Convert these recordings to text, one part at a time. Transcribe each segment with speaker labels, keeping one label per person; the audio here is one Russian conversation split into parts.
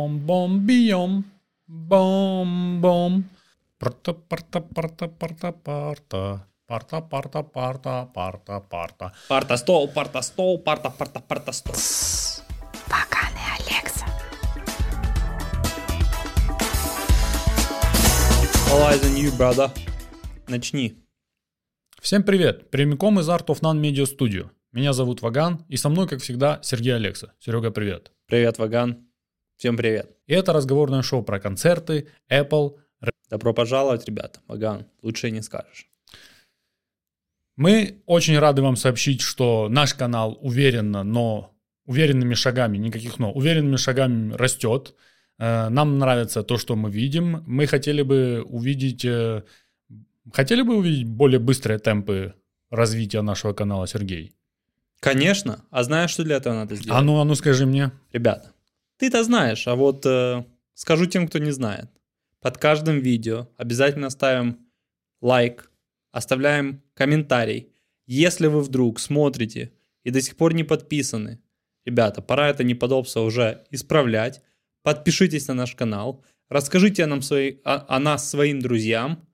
Speaker 1: Бом-бом бием. Бом-бом. Парта, парта, парта, парта, парта. Парта, парта, парта, парта, парта.
Speaker 2: Парта стол, парта стол, парта, парта, парта стол.
Speaker 3: Поганая Алекса.
Speaker 2: All eyes on you, brother. Начни.
Speaker 1: Всем привет! Прямиком из Art of Nan Media Studio. Меня зовут Ваган, и со мной, как всегда, Сергей Алекса. Серега, привет.
Speaker 2: Привет, Ваган. Всем привет.
Speaker 1: И это разговорное шоу про концерты, Apple.
Speaker 2: Добро пожаловать, ребята. Ваган, лучше и не скажешь.
Speaker 1: Мы очень рады вам сообщить, что наш канал уверенно, но уверенными шагами, никаких но, уверенными шагами растет. Э, Нам нравится то, что мы видим. Мы хотели бы увидеть, э, хотели бы увидеть более быстрые темпы развития нашего канала, Сергей.
Speaker 2: Конечно. А знаешь, что для этого надо сделать?
Speaker 1: А ну, а ну скажи мне.
Speaker 2: Ребята, ты-то знаешь, а вот э, скажу тем, кто не знает. Под каждым видео обязательно ставим лайк, оставляем комментарий. Если вы вдруг смотрите и до сих пор не подписаны, ребята, пора это неподобство уже исправлять. Подпишитесь на наш канал, расскажите о, нам свои, о, о нас своим друзьям,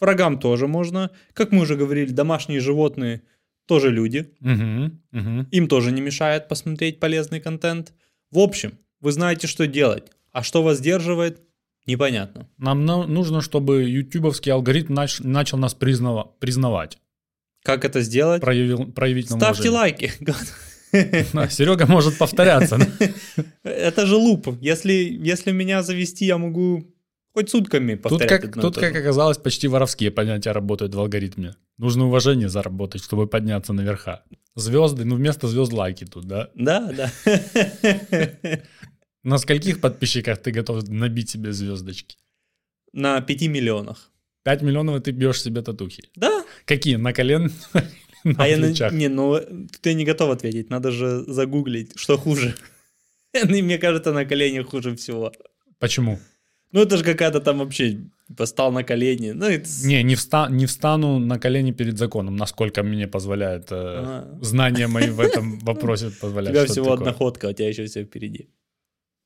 Speaker 2: врагам тоже можно. Как мы уже говорили, домашние животные тоже люди,
Speaker 1: Мгм, мгм.
Speaker 2: им тоже не мешает посмотреть полезный контент. В общем, вы знаете, что делать, а что вас сдерживает, непонятно.
Speaker 1: Нам на- нужно, чтобы ютубовский алгоритм нач- начал нас признава- признавать,
Speaker 2: Как это сделать?
Speaker 1: проявил, проявить нам
Speaker 2: Ставьте
Speaker 1: уважение.
Speaker 2: лайки.
Speaker 1: Да, Серега может повторяться. да.
Speaker 2: Это же луп. Если, если меня завести, я могу хоть сутками
Speaker 1: Тут,
Speaker 2: повторять.
Speaker 1: как,
Speaker 2: одно и
Speaker 1: тут
Speaker 2: то
Speaker 1: как
Speaker 2: же.
Speaker 1: оказалось, почти воровские понятия работают в алгоритме. Нужно уважение заработать, чтобы подняться наверха. Звезды, ну вместо звезд лайки тут, да?
Speaker 2: Да, да.
Speaker 1: На скольких подписчиках ты готов набить себе звездочки?
Speaker 2: На 5 миллионах.
Speaker 1: 5 миллионов и ты бьешь себе татухи.
Speaker 2: Да?
Speaker 1: Какие? На колен? На
Speaker 2: а я... на-
Speaker 1: плечах?
Speaker 2: Не, ну, ты не готов ответить. Надо же загуглить, что хуже. Ну, и Мне кажется, на коленях хуже всего.
Speaker 1: Почему?
Speaker 2: Ну, это же какая-то там вообще... типа, Стал на колени. Ну, это... с-
Speaker 1: Не, не, вста- не встану на колени перед законом, насколько мне позволяет э,
Speaker 2: А.
Speaker 1: знания мои в этом вопросе
Speaker 2: У
Speaker 1: позволяют.
Speaker 2: тебя
Speaker 1: Что
Speaker 2: всего
Speaker 1: такое?
Speaker 2: одна ходка, у тебя еще все впереди.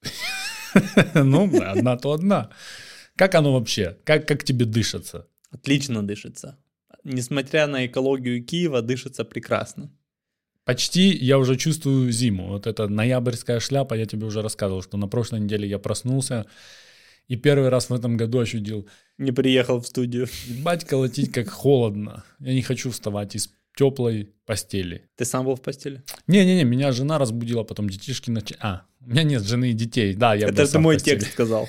Speaker 1: Ну, одна то одна. Как оно вообще? Как, как тебе дышится?
Speaker 2: Отлично дышится. Несмотря на экологию Киева, дышится прекрасно.
Speaker 1: Почти я уже чувствую зиму. Вот эта ноябрьская шляпа, я тебе уже рассказывал, что на прошлой неделе я проснулся и первый раз в этом году ощутил,
Speaker 2: Не приехал в студию.
Speaker 1: ебать колотить, как холодно. Я не хочу вставать из теплой постели.
Speaker 2: Ты сам был в постели?
Speaker 1: Не-не-не, меня жена разбудила, потом детишки нач... А, у меня нет жены и детей. Да, я был
Speaker 2: Это ты
Speaker 1: сам в
Speaker 2: мой
Speaker 1: постели.
Speaker 2: текст сказал.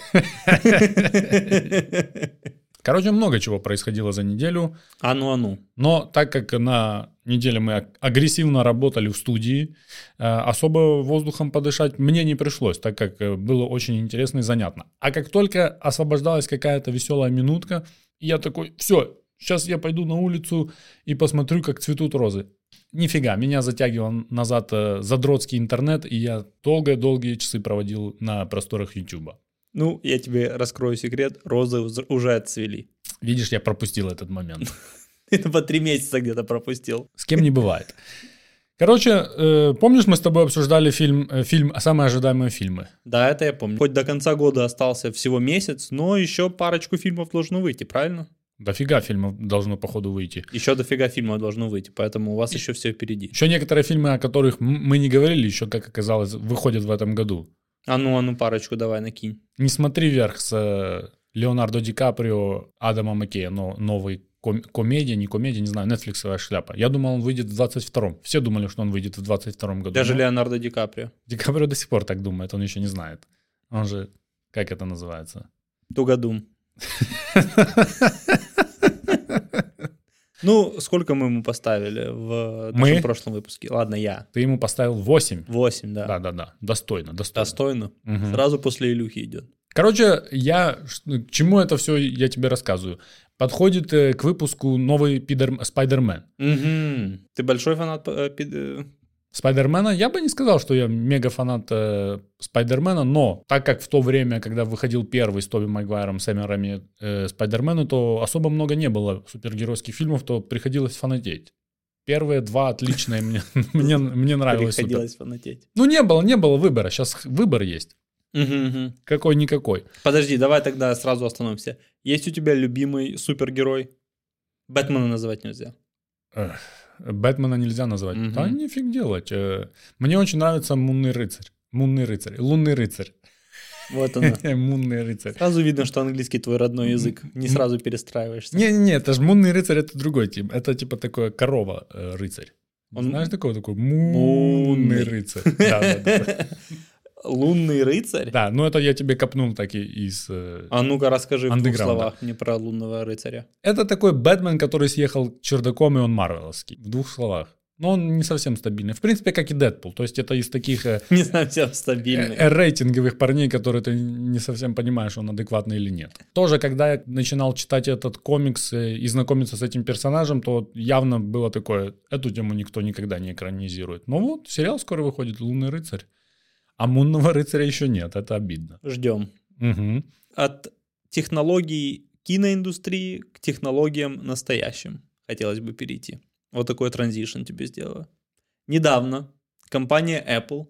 Speaker 1: Короче, много чего происходило за неделю.
Speaker 2: А ну, а ну.
Speaker 1: Но так как на неделе мы аг- агрессивно работали в студии, э, особо воздухом подышать мне не пришлось, так как э, было очень интересно и занятно. А как только освобождалась какая-то веселая минутка, я такой, все, сейчас я пойду на улицу и посмотрю, как цветут розы. Нифига, меня затягивал назад э, задротский интернет, и я долгие-долгие часы проводил на просторах Ютуба.
Speaker 2: Ну, я тебе раскрою секрет. Розы уз- уже отцвели.
Speaker 1: Видишь, я пропустил этот момент.
Speaker 2: Это по три месяца где-то пропустил.
Speaker 1: С кем не бывает. Короче, э, помнишь, мы с тобой обсуждали фильм, э, фильм «Самые ожидаемые фильмы»?
Speaker 2: Да, это я помню. Хоть до конца года остался всего месяц, но еще парочку фильмов должно выйти, правильно?
Speaker 1: Дофига фильмов должно, походу, выйти.
Speaker 2: Еще дофига фильмов должно выйти, поэтому у вас еще все впереди.
Speaker 1: Еще некоторые фильмы, о которых м- мы не говорили, еще, как оказалось, выходят в этом году.
Speaker 2: А ну, а ну, парочку давай накинь.
Speaker 1: «Не смотри вверх» с э, Леонардо Ди Каприо, Адама Маккея, но новый ком- комедия, не комедия, не знаю, нетфликсовая шляпа. Я думал, он выйдет в 22-м. Все думали, что он выйдет в 22-м году.
Speaker 2: Даже
Speaker 1: Но
Speaker 2: Леонардо Ди Каприо.
Speaker 1: Ди Каприо до сих пор так думает, он еще не знает. Он же, как это называется?
Speaker 2: Тугадум. Ну, сколько мы ему поставили в нашем
Speaker 1: Мы?
Speaker 2: прошлом выпуске? Ладно, я.
Speaker 1: Ты ему поставил 8.
Speaker 2: 8, да.
Speaker 1: Да, да, да. Достойно, достойно.
Speaker 2: Достойно.
Speaker 1: Мгм.
Speaker 2: Сразу после Илюхи идет.
Speaker 1: Короче, я ш- ну, к чему это все я тебе рассказываю. Подходит э, к выпуску новый пидер... Спайдермен.
Speaker 2: Мгм. Ты большой фанат э, пи- э,
Speaker 1: Спайдермена, я бы не сказал, что я мега фанат э, Спайдермена, но так как в то время, когда выходил первый с Тоби Магуайром, Сэмми Рэйми, э, Спайдермена, то особо много не было супергеройских фильмов, то приходилось фанатеть. Первые два отличные мне, мне, мне нравились. супер.
Speaker 2: приходилось фанатеть?
Speaker 1: Ну, не было, не было выбора. Сейчас выбор есть.
Speaker 2: Мгм, мгм.
Speaker 1: Какой-никакой.
Speaker 2: Подожди, давай тогда сразу остановимся. Есть у тебя любимый супергерой? Бэтмена называть нельзя.
Speaker 1: Бэтмена нельзя назвать.
Speaker 2: Мгм.
Speaker 1: Да нифиг делать. Э, Мне очень нравится Мунный рыцарь. Мунный рыцарь. Лунный рыцарь.
Speaker 2: Вот она.
Speaker 1: Мунный рыцарь.
Speaker 2: Сразу видно, что английский твой родной язык. Не сразу перестраиваешься.
Speaker 1: Не-не-не, это же Мунный рыцарь, это другой тип. Это типа такое корова-рыцарь.
Speaker 2: Он-
Speaker 1: Знаешь такого? Такой Мунный
Speaker 2: Мунный.
Speaker 1: рыцарь. Да-да-да.
Speaker 2: Лунный рыцарь?
Speaker 1: Да, ну это я тебе копнул так и из... э,
Speaker 2: А ну-ка расскажи в двух
Speaker 1: Андеграунда.
Speaker 2: словах мне про лунного рыцаря.
Speaker 1: Это такой Бэтмен, который съехал чердаком, и он марвеловский. В двух словах. Но он не совсем стабильный. В принципе, как и Дэдпул. То есть это из таких э,
Speaker 2: Не совсем
Speaker 1: Э,
Speaker 2: стабильный.
Speaker 1: э, рейтинговых парней, которые ты не совсем понимаешь, он адекватный или нет. Тоже, когда я начинал читать этот комикс э, и знакомиться с этим персонажем, то явно было такое, эту тему никто никогда не экранизирует. Ну вот, сериал скоро выходит «Лунный рыцарь», а «Мунного рыцаря» еще нет, это обидно.
Speaker 2: Ждем.
Speaker 1: Мгм.
Speaker 2: От технологий киноиндустрии к технологиям настоящим хотелось бы перейти. Вот такой транзишн тебе сделаю. Недавно компания Apple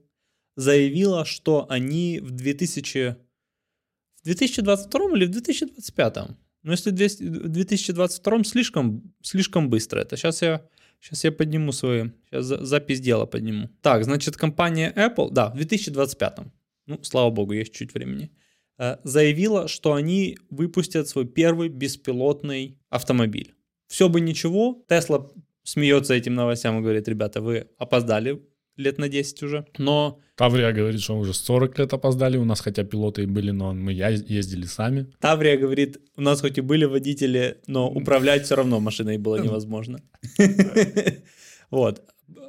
Speaker 2: заявила, что они в 2000... В 2022 или в 2025? Ну, если в 200 в 2022 слишком, слишком быстро это. Сейчас я, сейчас я подниму свои... Сейчас запись дела подниму. Так, значит, компания Apple... Да, в 2025. Ну, слава богу, есть чуть времени. Э, Заявила, что они выпустят свой первый беспилотный автомобиль. Все бы ничего, Тесла смеется этим новостям и говорит, ребята, вы опоздали лет на 10 уже, но
Speaker 1: Таврия говорит, что уже 40 лет опоздали у нас, хотя пилоты и были, но мы я- ездили сами.
Speaker 2: Таврия говорит, у нас хоть и были водители, но управлять все равно машиной было невозможно. Вот.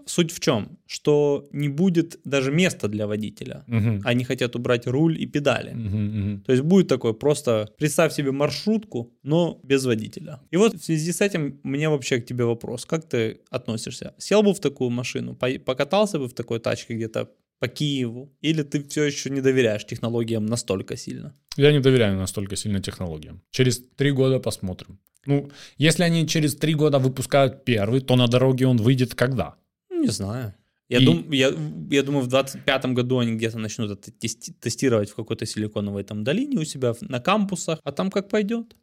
Speaker 2: Суть в чем? Что не будет даже места для водителя.
Speaker 1: Мгм.
Speaker 2: Они хотят убрать руль и педали.
Speaker 1: Мгм, мгм.
Speaker 2: То есть будет такой просто, представь себе маршрутку, но без водителя. И вот в связи с этим мне вообще к тебе вопрос. Как ты относишься? Сел бы в такую машину, по- покатался бы в такой тачке где-то по Киеву? Или ты все еще не доверяешь технологиям настолько сильно?
Speaker 1: Я не доверяю настолько сильно технологиям. Через три года посмотрим. Ну, если они через три года выпускают первый, то на дороге он выйдет когда?
Speaker 2: Ну, Не знаю. Я,
Speaker 1: И-
Speaker 2: дум- я, я думаю, в 25-м году они где-то начнут это тести- тестировать в какой-то силиконовой там долине у себя в- на кампусах, а там как пойдет.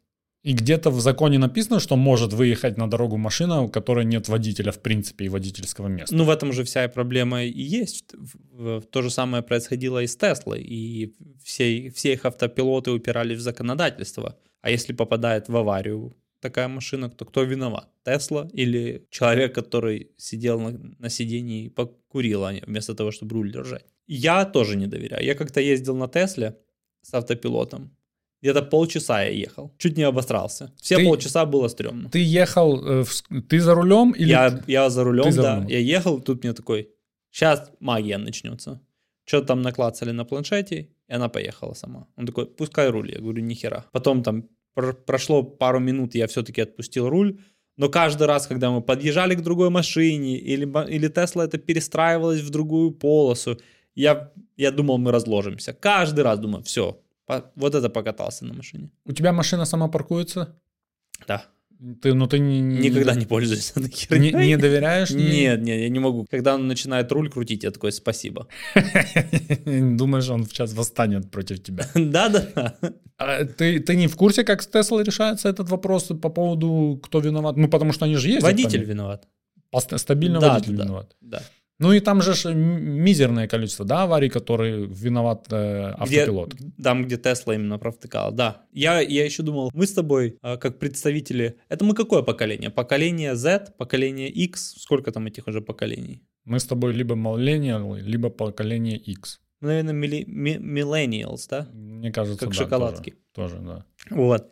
Speaker 1: И где-то в законе написано, что может выехать на дорогу машина, у которой нет водителя в принципе и водительского места.
Speaker 2: Ну, в этом же вся и проблема и есть. В- в- То же самое происходило и с Теслой, и все, все их автопилоты упирались в законодательство. А если попадает в аварию такая машина, то кто виноват? Тесла или человек, который сидел на, на сидении и покурил а не- вместо того, чтобы руль держать? Я тоже не доверяю. Я как-то ездил на Тесле с автопилотом. Где-то полчаса я ехал. Чуть не обосрался. Все
Speaker 1: Ты-
Speaker 2: полчаса было стрёмно.
Speaker 1: Ты ехал, э, в с- ты за рулем или...
Speaker 2: Я, я за рулем,
Speaker 1: ты за
Speaker 2: да.
Speaker 1: рулем?
Speaker 2: Я ехал, тут мне такой, сейчас магия начнется. Что там наклацали на планшете, и она поехала сама. Он такой, пускай руль. Я говорю, нихера. Потом там пр- прошло пару минут, я все-таки отпустил руль. Но каждый раз, когда мы подъезжали к другой машине, или, ба- или Тесла это перестраивалась в другую полосу, я, я думал, мы разложимся. Каждый раз думаю, все, вот это покатался на машине.
Speaker 1: У тебя машина сама паркуется?
Speaker 2: Да.
Speaker 1: Ты, ну ты не- не-
Speaker 2: Никогда не пользуюсь этой
Speaker 1: не,
Speaker 2: херней.
Speaker 1: не доверяешь? ей?
Speaker 2: Нет, нет, я не могу. Когда он начинает руль крутить, я такой, спасибо.
Speaker 1: Думаешь, он сейчас восстанет против тебя.
Speaker 2: Да-да-да.
Speaker 1: А ты, ты не в курсе, как с Теслой решается этот вопрос по поводу, кто виноват? Ну, потому что они же ездят.
Speaker 2: Водитель
Speaker 1: там.
Speaker 2: виноват.
Speaker 1: Пост- Стабильно
Speaker 2: Да,
Speaker 1: водитель
Speaker 2: да, да.
Speaker 1: виноват.
Speaker 2: Да.
Speaker 1: Ну и там же ж м- мизерное количество да, аварий, которые виноват э,
Speaker 2: Где-
Speaker 1: автопилот.
Speaker 2: там, где Тесла именно провтыкала, да. Я, я еще думал, мы с тобой, а, как представители, это мы какое поколение? Поколение Z, поколение X, сколько там этих уже поколений?
Speaker 1: Мы с тобой либо millennial, либо поколение X.
Speaker 2: Наверное, милли- Ну, ми- millennials, да?
Speaker 1: Мне кажется,
Speaker 2: Как
Speaker 1: да,
Speaker 2: шоколадки.
Speaker 1: Ну, Тоже, тоже, да.
Speaker 2: Вот.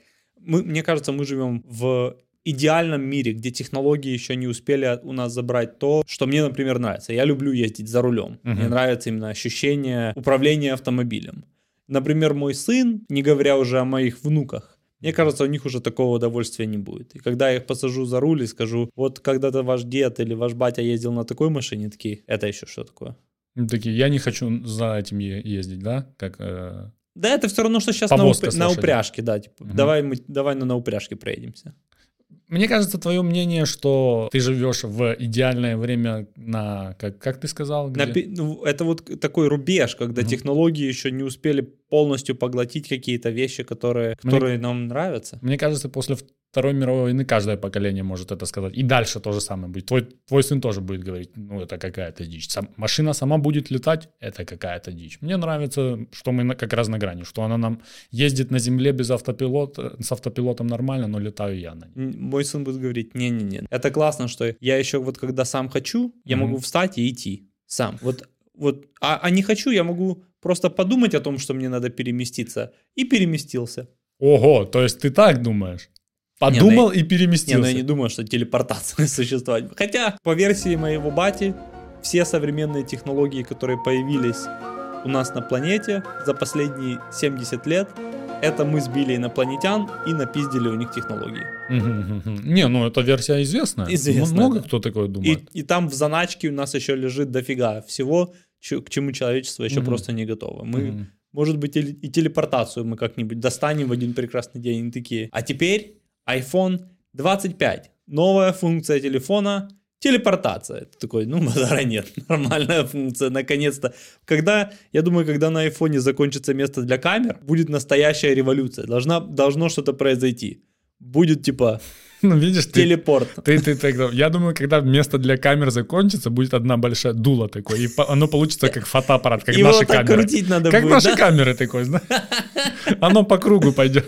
Speaker 2: Мы, мне кажется, мы живем в идеальном мире, где технологии еще не успели у нас забрать то, что мне, например, нравится. Я люблю ездить за рулем.
Speaker 1: Мгм.
Speaker 2: Мне нравится именно ощущение управления автомобилем. Например, мой сын, не говоря уже о моих внуках, мне кажется, у них уже такого удовольствия не будет. И когда я их посажу за руль и скажу, вот когда-то ваш дед или ваш батя ездил на такой машине, такие, это еще что такое?
Speaker 1: Ну, Такие, я не хочу за этим е- ездить, да? Как, э,
Speaker 2: Да, это все равно, что сейчас на,
Speaker 1: Повозка
Speaker 2: уп-
Speaker 1: с
Speaker 2: на
Speaker 1: лошадью.
Speaker 2: упряжке, да, типа,
Speaker 1: Мгм.
Speaker 2: давай, мы, давай ну, на упряжке проедемся.
Speaker 1: Мне кажется, твое мнение, что ты живешь в идеальное время на, как, как ты сказал,
Speaker 2: На
Speaker 1: где?
Speaker 2: пи- ну, Это вот такой рубеж, когда
Speaker 1: Мгм.
Speaker 2: технологии еще не успели полностью поглотить какие-то вещи, которые,
Speaker 1: Мне-
Speaker 2: которые нам нравятся.
Speaker 1: Мне кажется, после Второй мировой войны каждое поколение может это сказать. И дальше то же самое будет. Твой, твой сын тоже будет говорить, ну, это какая-то дичь. Сам- машина сама будет летать, это какая-то дичь. Мне нравится, что мы на- как раз на грани, что она нам ездит на земле без автопилота, с автопилотом нормально, но летаю я на ней.
Speaker 2: М, Мой сын будет говорить, не-не-не, это классно, что я еще вот когда сам хочу, я
Speaker 1: Мгм.
Speaker 2: могу встать и идти сам. Вот, вот, а, а не хочу, я могу просто подумать о том, что мне надо переместиться, и переместился.
Speaker 1: Ого, то есть ты так думаешь? Подумал и
Speaker 2: Не,
Speaker 1: переместился.
Speaker 2: ну я не думаю, что телепортация существовать. Хотя, по версии моего бати, все современные технологии, которые появились у нас на планете за последние 70 лет, это мы сбили инопланетян и напиздили у них технологии.
Speaker 1: Мгм, мгм, мгм. не, ну это версия известная.
Speaker 2: Известная,
Speaker 1: Много
Speaker 2: да.
Speaker 1: кто такое думает.
Speaker 2: И, и там в заначке у нас еще лежит дофига всего, чё- к чему человечество еще
Speaker 1: Мгм.
Speaker 2: просто не готово. Мы,
Speaker 1: Мгм.
Speaker 2: может быть, теле- и телепортацию мы как-нибудь достанем в один прекрасный день и такие. А теперь iPhone 25. Новая функция телефона – телепортация. Ты такой, ну, базара нет. Нормальная функция, наконец-то. Когда, я думаю, когда на айфоне закончится место для камер, будет настоящая революция. Должна, должно что-то произойти. Будет, типа,
Speaker 1: Ну видишь, ты,
Speaker 2: телепорт.
Speaker 1: Ты, ты, так- я думаю, когда место для камер закончится, будет одна большая дула такой, и по- оно получится как фотоаппарат, как
Speaker 2: Его
Speaker 1: наши
Speaker 2: так
Speaker 1: камеры.
Speaker 2: крутить надо
Speaker 1: Как
Speaker 2: будет,
Speaker 1: наши
Speaker 2: да?
Speaker 1: камеры такой, знаешь. Оно по кругу пойдет.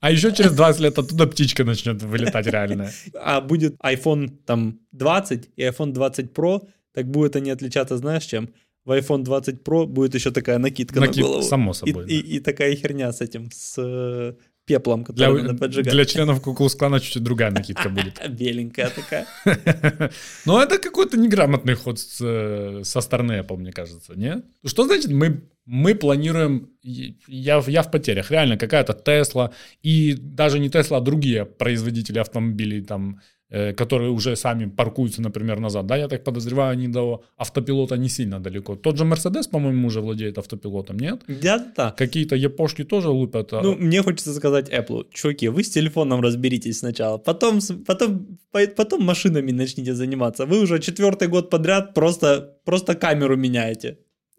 Speaker 1: А еще через 20 лет оттуда птичка начнет вылетать реальная.
Speaker 2: а будет iPhone там 20 и iPhone 20 Pro, так будет они отличаться, знаешь, чем? В iPhone 20 Pro будет еще такая накидка
Speaker 1: Накид-
Speaker 2: на голову.
Speaker 1: само
Speaker 2: и,
Speaker 1: собой. да.
Speaker 2: и- и такая херня с этим, с э, пеплом,
Speaker 1: Для,
Speaker 2: который надо поджигать.
Speaker 1: для членов Куклус Клана чуть-чуть другая накидка будет.
Speaker 2: Беленькая такая.
Speaker 1: Но Ну, это какой-то неграмотный ход с, э, со стороны Apple, мне кажется, не? Что значит мы, мы планируем... и- Я, в- я в потерях. Реально, какая-то Tesla и даже не Tesla, а другие производители автомобилей, там, э, которые уже сами паркуются, например, назад. Да, я так подозреваю, они до автопилота не сильно далеко. Тот же Mercedes, по-моему, уже владеет автопилотом, нет?
Speaker 2: Да-да-да.
Speaker 1: Какие-то япошки тоже лупят. а-
Speaker 2: Ну, мне хочется сказать Apple, чуваки, вы с телефоном разберитесь сначала, потом, с- потом, по- потом машинами начните заниматься. Вы уже четвертый год подряд просто, просто камеру меняете.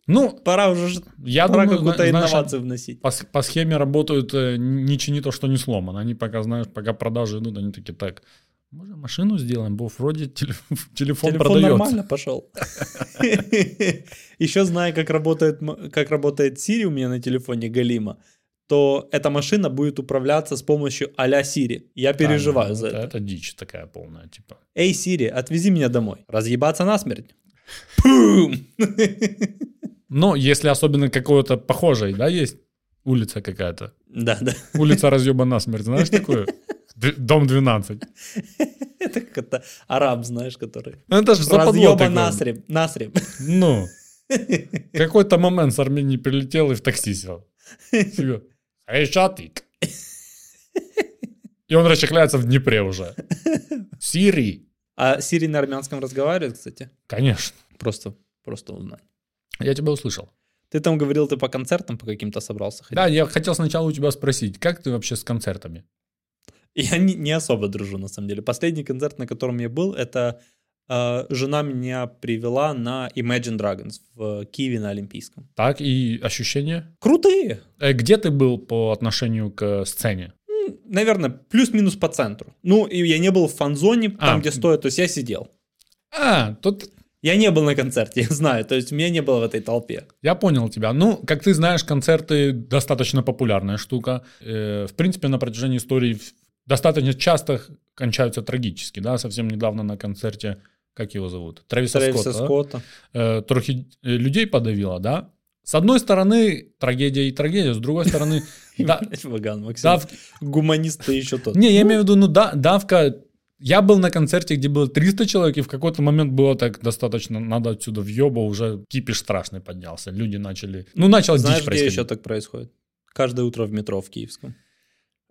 Speaker 1: ну,
Speaker 2: Пора уже, ж-
Speaker 1: я
Speaker 2: пора
Speaker 1: думаю,
Speaker 2: какую-то
Speaker 1: зна- знаешь,
Speaker 2: инновацию вносить.
Speaker 1: по, с- по схеме работают э, не чини то, что не сломано. Они пока, знаешь, пока продажи идут, они такие, так, может, машину сделаем, бо вроде телеф- телефон,
Speaker 2: Телефон
Speaker 1: продается.
Speaker 2: нормально пошел. Еще зная, как работает, м- как работает Siri у меня на телефоне Галима, то эта машина будет управляться с помощью а-ля Siri. Я
Speaker 1: Да,
Speaker 2: переживаю
Speaker 1: ну,
Speaker 2: за это.
Speaker 1: Это дичь такая полная, типа.
Speaker 2: Эй, Siri, отвези меня домой. Разъебаться насмерть. Пум!
Speaker 1: Но если особенно какого-то похожей, да, есть улица какая-то.
Speaker 2: Да, да.
Speaker 1: Улица разъеба насмерть, знаешь такую? Д- Дом 12.
Speaker 2: Это как это араб, знаешь, который.
Speaker 1: Ну, Это же западло
Speaker 2: Разъеба
Speaker 1: такое.
Speaker 2: насреб. Насреб.
Speaker 1: Ну, какой-то момент с Армении прилетел и в такси сел. Себе, «Решатик». И он расчехляется в Днепре уже. Сирии.
Speaker 2: А Siri на армянском разговаривает, кстати.
Speaker 1: Конечно.
Speaker 2: Просто, просто узнай.
Speaker 1: Я тебя услышал.
Speaker 2: Ты там говорил, ты по концертам по каким-то собрался ходить.
Speaker 1: Да, я хотел сначала у тебя спросить, как ты вообще с концертами?
Speaker 2: Я не, не особо дружу, на самом деле. Последний концерт, на котором я был, это э, жена меня привела на Imagine Dragons в Киеве на Олимпийском.
Speaker 1: Так, и ощущения?
Speaker 2: Крутые!
Speaker 1: Э, Где ты был по отношению к сцене?
Speaker 2: М, Ну, Наверное, плюс-минус по центру. Ну, и я не был в фан-зоне, там,
Speaker 1: А.
Speaker 2: где стоят, то есть я сидел.
Speaker 1: А, тут
Speaker 2: Я не был на концерте, я знаю, то есть меня не было в этой толпе.
Speaker 1: я понял тебя. Ну, как ты знаешь, концерты достаточно популярная штука. Э, в принципе, на протяжении истории в- достаточно часто кончаются трагически. Да? Совсем недавно на концерте, как его зовут? Трэвиса,
Speaker 2: Трэвиса
Speaker 1: Скотта. а? да?
Speaker 2: Скотта.
Speaker 1: э, трохи э, людей подавило, да? С одной стороны, трагедия и трагедия, с другой стороны, да,
Speaker 2: Блядь, Ваган, Максим.
Speaker 1: дав-
Speaker 2: Гуманист ты еще тот.
Speaker 1: не, я имею в виду, ну да, давка. Я был на концерте, где было 300 человек, и в какой-то момент было так достаточно, надо отсюда въеба, уже кипиш страшный поднялся. Люди начали, ну начал
Speaker 2: Знаешь,
Speaker 1: дичь
Speaker 2: где
Speaker 1: происходить.
Speaker 2: еще так происходит? Каждое утро в метро в Киевском.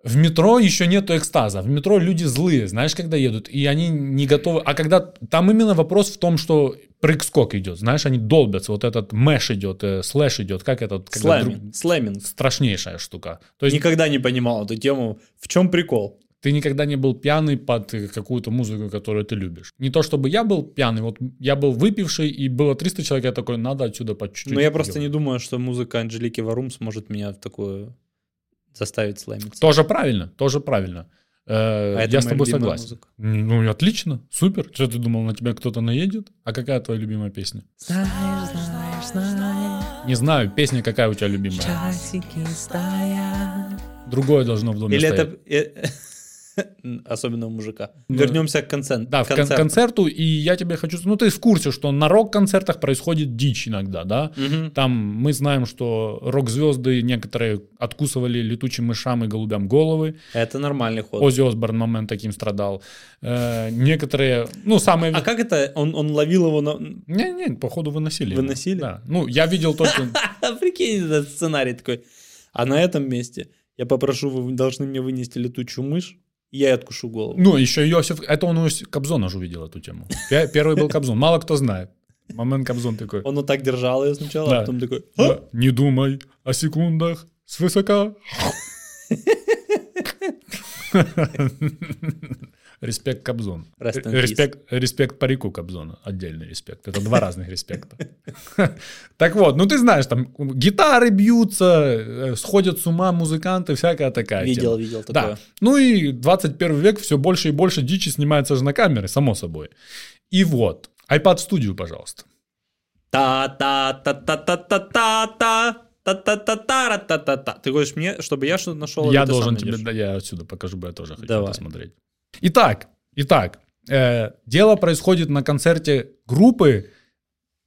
Speaker 1: В метро еще нету экстаза. В метро люди злые, знаешь, когда едут, и они не готовы. А когда там именно вопрос в том, что прыг-скок идет, знаешь, они долбятся, вот этот мэш идет, э, слэш идет, как этот, когда друг-
Speaker 2: Слэминг. Слэминг.
Speaker 1: страшнейшая штука. То есть
Speaker 2: Никогда не понимал эту тему. В чем прикол?
Speaker 1: Ты никогда не был пьяный под э, какую-то музыку, которую ты любишь. Не то чтобы я был пьяный, вот я был выпивший, и было 300 человек, я такой, надо отсюда по чуть-чуть.
Speaker 2: Но Ну, я просто не думаю, что музыка Анжелики Варум сможет меня в такую заставить слаймиться.
Speaker 1: Тоже правильно, тоже правильно. Э,
Speaker 2: А это
Speaker 1: я с
Speaker 2: моя
Speaker 1: тобой
Speaker 2: любимая
Speaker 1: согласен.
Speaker 2: музыка.
Speaker 1: Ну, и отлично, супер. Что ты думал, на тебя кто-то наедет? А какая твоя любимая песня?
Speaker 4: Знаешь, знаешь, знаешь,
Speaker 1: Не знаю, песня какая у тебя любимая.
Speaker 4: часики стоят.
Speaker 1: Другое должно в доме
Speaker 2: Или
Speaker 1: стоять.
Speaker 2: это... э, Особенно у мужика.
Speaker 1: Ну,
Speaker 2: Вернемся к конценту.
Speaker 1: Да, в кон- концерту, и я тебе хочу... Ну, ты в курсе, что на рок-концертах происходит дичь иногда, да? Там мы знаем, что рок-звезды некоторые откусывали летучим мышам и голубям головы.
Speaker 2: Это нормальный ход.
Speaker 1: Оззи Осборн момент таким страдал. Э, некоторые, ну, самые...
Speaker 2: А как это? Он, он ловил его на...
Speaker 1: Не-не, походу выносили. его.
Speaker 2: Выносили?
Speaker 1: Да. Ну, я видел только...
Speaker 2: А Прикинь, этот сценарий такой. А на этом месте я попрошу, вы должны мне вынести летучую мышь, и я ей откушу голову.
Speaker 1: Ну, еще Йосиф... Это он у Кобзона же увидел эту тему. Пе- Первый был Кобзон. Мало кто знает. Момент Кобзон такой.
Speaker 2: Он вот так держал ее сначала,
Speaker 1: Да.
Speaker 2: а потом такой... «А!»
Speaker 1: Да. Не думай о секундах свысока. Респект Кобзон.
Speaker 2: Rest in peace.
Speaker 1: Респект, респект парику Кобзона. Отдельный респект. Это два разных респекта. Так вот, ну ты знаешь, там гитары бьются, э, сходят с ума музыканты, всякая такая
Speaker 2: Видел,
Speaker 1: тема.
Speaker 2: видел такое.
Speaker 1: Да. Ну и 21 век все больше и больше дичи снимается же на камеры, само собой. И вот. iPad Studio, пожалуйста.
Speaker 2: Та-та-та-та-та-та-та. Та-та-та-та-та-та-та. Ты хочешь мне, чтобы я что-то нашел?
Speaker 1: Я
Speaker 2: или ты сам
Speaker 1: должен тебе,
Speaker 2: найдешь?
Speaker 1: да, я отсюда покажу, бы я тоже хочу
Speaker 2: Давай.
Speaker 1: это смотреть. Итак, итак, э, дело происходит на концерте группы,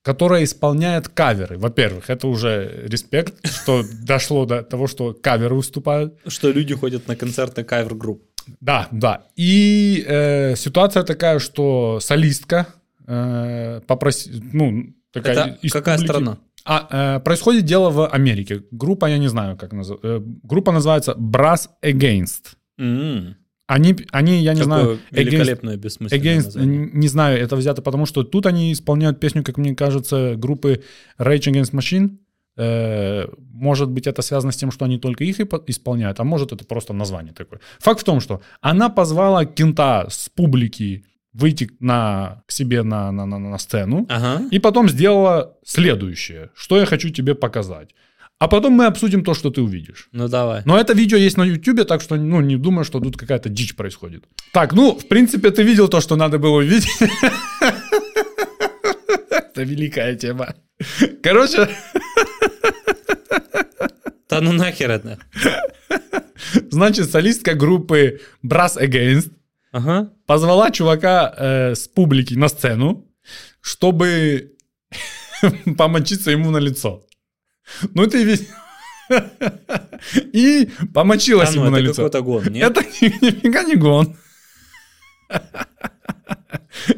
Speaker 1: которая исполняет каверы. Во-первых, это уже респект, что дошло до того, что каверы выступают.
Speaker 2: Что люди ходят на концерты кавер-групп.
Speaker 1: Да, да. И э, ситуация такая, что солистка э, попроси- ну такая
Speaker 2: Это
Speaker 1: из
Speaker 2: какая
Speaker 1: публики-
Speaker 2: страна?
Speaker 1: а, э, происходит дело в Америке. Группа, я не знаю, как называется. Э, группа называется Brass Against.
Speaker 2: М.
Speaker 1: Они, они я не знаю,
Speaker 2: Какое
Speaker 1: Against,
Speaker 2: великолепное бессмысленное
Speaker 1: Against,
Speaker 2: название.
Speaker 1: не знаю, это взято, потому что тут они исполняют песню, как мне кажется, группы Rage Against Machine. Э, Может быть, это связано с тем, что они только их и по- исполняют, а может, это просто название такое. Факт в том, что она позвала кента с публики выйти на, к себе на, на, на, на сцену,
Speaker 2: Ага.
Speaker 1: и потом сделала следующее, что я хочу тебе показать. А потом мы обсудим то, что ты увидишь.
Speaker 2: Ну давай.
Speaker 1: Но это видео есть на Ютубе, так что ну, не думаю, что тут какая-то дичь происходит. Так, ну, в принципе, ты видел то, что надо было увидеть. Это великая тема. Короче,
Speaker 2: Да ну нахер это.
Speaker 1: значит, солистка группы Brass Against
Speaker 2: Ага.
Speaker 1: позвала чувака э, с публики на сцену, чтобы помочиться ему на лицо. Ну, ты весь... И
Speaker 2: Да
Speaker 1: помочилась
Speaker 2: ну,
Speaker 1: ему на
Speaker 2: это
Speaker 1: лицо.
Speaker 2: какой-то гон, нет?
Speaker 1: Это ни- нифига не гон.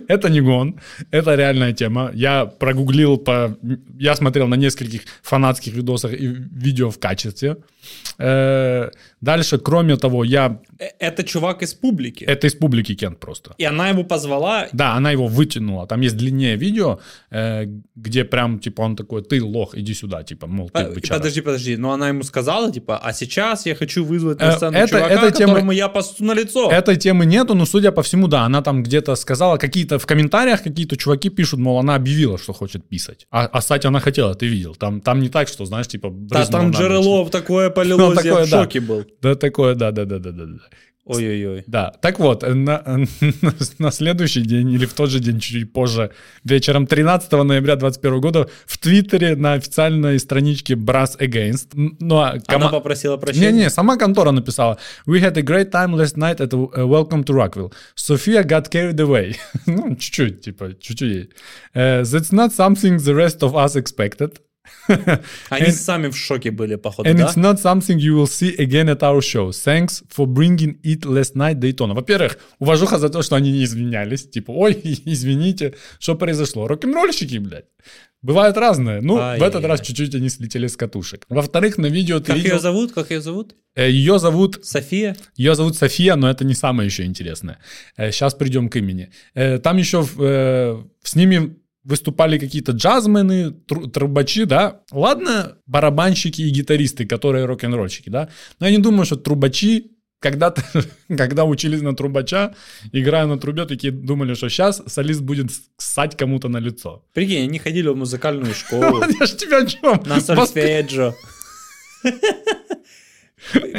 Speaker 1: Это не гон, это реальная тема. Я прогуглил, по, я смотрел на нескольких фанатских видосах и видео в качестве. Э, Дальше, кроме того, я
Speaker 2: Э, Это чувак из публики.
Speaker 1: это из публики Кент просто.
Speaker 2: И она его позвала.
Speaker 1: Да, она его вытянула. Там есть длиннее видео, э, где прям типа он такой: "Ты лох, иди сюда", типа, мол, ты
Speaker 2: Э,
Speaker 1: бычара.
Speaker 2: Подожди, подожди. Но она ему сказала, типа, а сейчас я хочу вызвать
Speaker 1: Э,
Speaker 2: на сцену
Speaker 1: это-
Speaker 2: чувака,
Speaker 1: эта тема-
Speaker 2: которому я посту на лицо.
Speaker 1: Этой темы нету, но судя по всему, да, она там где-то сказала, какие-то в комментариях какие-то чуваки пишут, мол, она объявила, что хочет писать. А, а Сать она хотела, ты видел. Там, там не так, что, знаешь, типа...
Speaker 2: Да
Speaker 1: брызнула
Speaker 2: там
Speaker 1: на Ну,
Speaker 2: Джерелов такое полилось, я
Speaker 1: такое,
Speaker 2: в
Speaker 1: да.
Speaker 2: шоке был.
Speaker 1: улицу. Да, такое, да, да, да, да, да. да.
Speaker 2: Ой-ой-ой.
Speaker 1: Да, так вот, э, на, на- на следующий день или в тот же день, чуть позже, вечером 13 ноября 2021 года в Твиттере на официальной страничке Brass Against, н- ну, а
Speaker 2: Она
Speaker 1: кома-
Speaker 2: попросила прощения.
Speaker 1: Не-не, сама контора написала. We had a great time last night at uh, Welcome to Rockville. Sophia got carried away. ну, чуть-чуть, типа, чуть-чуть ей. Э, that's not something the rest of us expected.
Speaker 2: Они
Speaker 1: And-
Speaker 2: сами в шоке были, походу,
Speaker 1: And
Speaker 2: да?
Speaker 1: it's not something you will see again at our show. Thanks for bringing it last night Daytona. Во-первых, уважуха за то, что они не извинялись. Типа, ой, извините, что произошло. Рок-н-ролльщики, блядь. Бывают разные. Ну, в этот
Speaker 2: Ай-яй-яй.
Speaker 1: раз чуть-чуть они слетели с катушек. Во-вторых, на видео ты
Speaker 2: Как
Speaker 1: видел...
Speaker 2: ее зовут? Как ее зовут?
Speaker 1: Э, Ее зовут
Speaker 2: София?
Speaker 1: Ее зовут София, но это не самое еще интересное. Сейчас придем к имени. Э, Там еще в, э, с ними выступали какие-то джазмены, тру- трубачи, да. Ладно, барабанщики и гитаристы, которые рок-н-ролльщики, да. Но я не думаю, что трубачи когда-то, когда учились на трубача, играя на трубе, такие думали, что сейчас солист будет ссать кому-то на лицо.
Speaker 2: Прикинь, они ходили в музыкальную школу,
Speaker 1: Я же тебя о чем?
Speaker 2: на сольфеджио.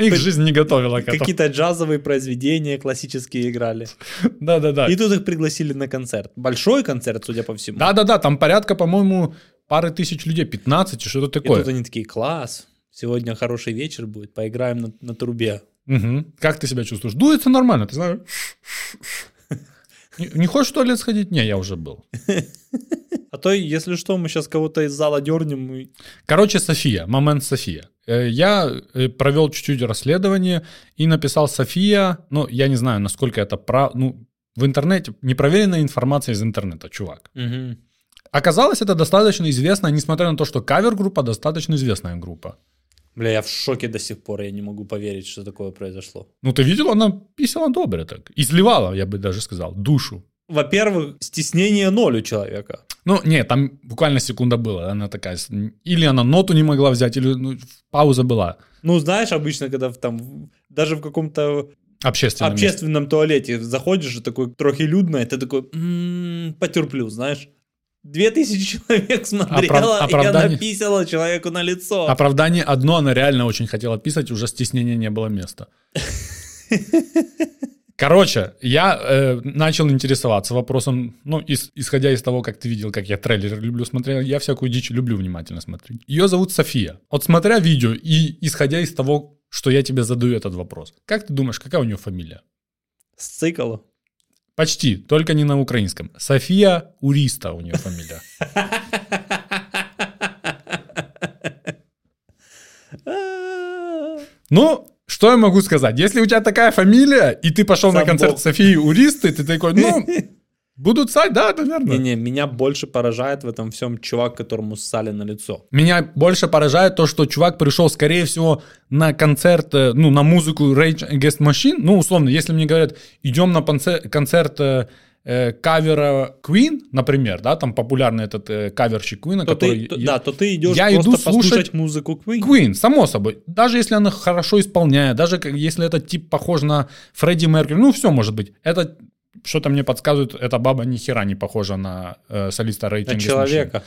Speaker 1: Их жизнь не готовила к этому.
Speaker 2: Какие-то джазовые произведения классические играли.
Speaker 1: Да-да-да.
Speaker 2: И тут их пригласили на концерт. Большой концерт, судя по всему.
Speaker 1: Да-да-да, там порядка, по-моему, пары тысяч людей, 15, что-то
Speaker 2: И тут
Speaker 1: такое.
Speaker 2: они такие, класс, сегодня хороший вечер будет, поиграем на, на трубе.
Speaker 1: Мгм. Как ты себя чувствуешь? Дуется нормально, ты знаешь. Не не хочешь в туалет сходить? Не, я уже был.
Speaker 2: А то, если что, мы сейчас кого-то из зала дернем. и-
Speaker 1: Короче, София, момент София. Э, Я э, провел чуть-чуть расследование и написал София, но я не знаю, насколько это прав... Ну, в интернете, непроверенная информация из интернета, чувак. Оказалось, это достаточно известная, несмотря на то, что кавер-группа достаточно известная группа.
Speaker 2: Бля, я в шоке до сих пор, я не могу поверить, что такое произошло.
Speaker 1: Ну, ты видел, она писала добре так. Изливала, я бы даже сказал, душу.
Speaker 2: Во-первых, стеснение ноль у человека.
Speaker 1: Ну, не, там буквально секунда была. Она такая... с- Или она ноту не могла взять, или ну, пауза была.
Speaker 2: Ну, знаешь, обычно, когда в там, даже в каком-то
Speaker 1: Общественная.
Speaker 2: общественном туалете заходишь, и такой трохи людно, и ты такой, «М, потерплю, знаешь. Две тысячи человек смотрела, и она
Speaker 1: оправдание?
Speaker 2: писала человеку на лицо.
Speaker 1: Оправдание одно, она реально очень хотела писать, уже стеснения не было места. Короче, я э, начал интересоваться вопросом, ну, ис- исходя из того, как ты видел, как я трейлеры люблю смотреть, я всякую дичь люблю внимательно смотреть. Ее зовут София. Вот смотря видео и исходя из того, что я тебе задаю этот вопрос, как ты думаешь, какая у нее фамилия?
Speaker 2: Сцикало.
Speaker 1: Почти, только не на украинском. София Уриста у нее фамилия. Ну, что я могу сказать? Если у тебя такая фамилия, и ты пошел
Speaker 2: Сам
Speaker 1: на концерт
Speaker 2: Бог.
Speaker 1: Софии Уристы, ты такой, ну, будут сать, да, наверное.
Speaker 2: Не-не, меня больше поражает в этом всем чувак, которому ссали на лицо.
Speaker 1: Меня больше поражает то, что чувак пришел, скорее всего, на концерт, э, ну, на музыку Rage Against the Machine. Ну, условно, если мне говорят, идем на конце- концерт э, э, кавера Queen, например, да, там популярный этот э, каверщик Queen,
Speaker 2: То
Speaker 1: который...
Speaker 2: ты, то- да, то ты идешь
Speaker 1: Я
Speaker 2: просто
Speaker 1: иду
Speaker 2: послушать
Speaker 1: слушать
Speaker 2: музыку Queen.
Speaker 1: Queen, само собой. Даже если она хорошо исполняет, даже к- если этот тип похож на Фредди Меркьюри, ну все может быть. Это что-то мне подсказывает, эта баба ни хера не похожа на э, солиста
Speaker 2: На
Speaker 1: рейтинга.
Speaker 2: человека.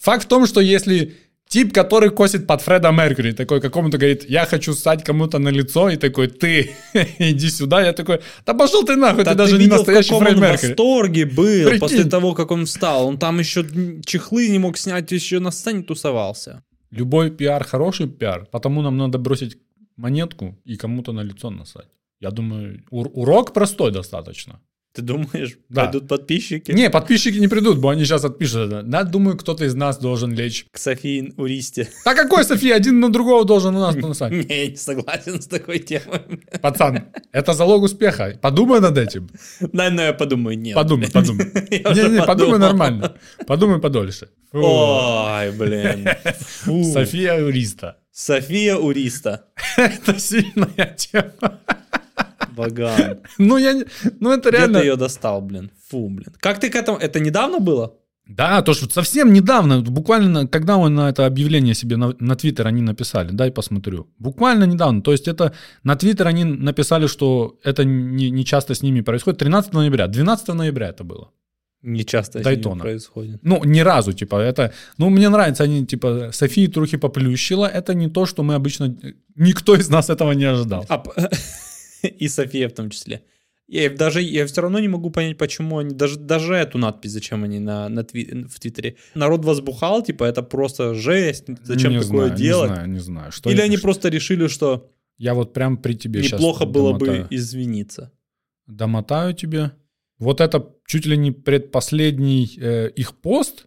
Speaker 1: Факт в том, что если тип, который косит под Фреда Меркьюри, такой какому-то говорит, я хочу ссать кому-то на лицо, и такой, ты, иди сюда, я такой, да пошел ты нахуй,
Speaker 2: Да
Speaker 1: ты даже не
Speaker 2: видел, в
Speaker 1: настоящий
Speaker 2: каком
Speaker 1: Фред
Speaker 2: он в
Speaker 1: Меркьюри.
Speaker 2: восторге был
Speaker 1: Прикинь.
Speaker 2: после того, как он встал. Он там еще чехлы не мог снять, еще на сцене тусовался.
Speaker 1: Любой пиар хороший пиар, потому нам надо бросить монетку и кому-то на лицо насать. Я думаю, ур- урок простой достаточно.
Speaker 2: Ты думаешь,
Speaker 1: Да.
Speaker 2: пойдут подписчики
Speaker 1: Не, подписчики не придут, бо они сейчас отпишут. Да, думаю, кто-то из нас должен лечь.
Speaker 2: к Софии Уристе?
Speaker 1: Да какой, София, один на другого должен у нас насать.
Speaker 2: Не, я не согласен с такой темой.
Speaker 1: Пацан, это залог успеха. Подумай над этим.
Speaker 2: Наверное, я подумаю, нет.
Speaker 1: Подумай, подумай.
Speaker 2: Я уже
Speaker 1: Не-не, подумай
Speaker 2: подумал.
Speaker 1: нормально. Подумай подольше. Фу.
Speaker 2: Ой, блин. Фу.
Speaker 1: София Уриста.
Speaker 2: София Уриста.
Speaker 1: Это сильная тема.
Speaker 2: Боган.
Speaker 1: Ну, я не... Ну, это
Speaker 2: Где ты
Speaker 1: реально...
Speaker 2: ее достал, блин? Фу, блин. Как ты к этому... Это недавно было?
Speaker 1: Да, то, что совсем недавно, буквально, когда он на это объявление себе на, на Твиттер они написали, дай посмотрю. Буквально недавно. То есть это на Твиттер они написали, что это не, не часто с ними происходит. 13 ноября, 12 ноября это было.
Speaker 2: Не часто
Speaker 1: Дайтона.
Speaker 2: происходит.
Speaker 1: Ну, ни разу, типа, это... Ну, мне нравится, они, типа, Софии трухи поплющила. Это не то, что мы обычно... Никто из нас этого не ожидал.
Speaker 2: А, п- И София в том числе. Я и даже я все равно не могу понять, почему они даже даже эту надпись зачем они на, на тви- в Твиттере. Народ возбухал, типа это просто жесть. Зачем
Speaker 1: Не
Speaker 2: такое
Speaker 1: знаю,
Speaker 2: делать?
Speaker 1: Не знаю, не знаю. Что
Speaker 2: Или
Speaker 1: я-
Speaker 2: они
Speaker 1: что-
Speaker 2: просто решили, что
Speaker 1: Я вот прям при тебе сейчас...
Speaker 2: неплохо было бы извиниться.
Speaker 1: домотаю тебе. Вот это чуть ли не предпоследний э, их пост,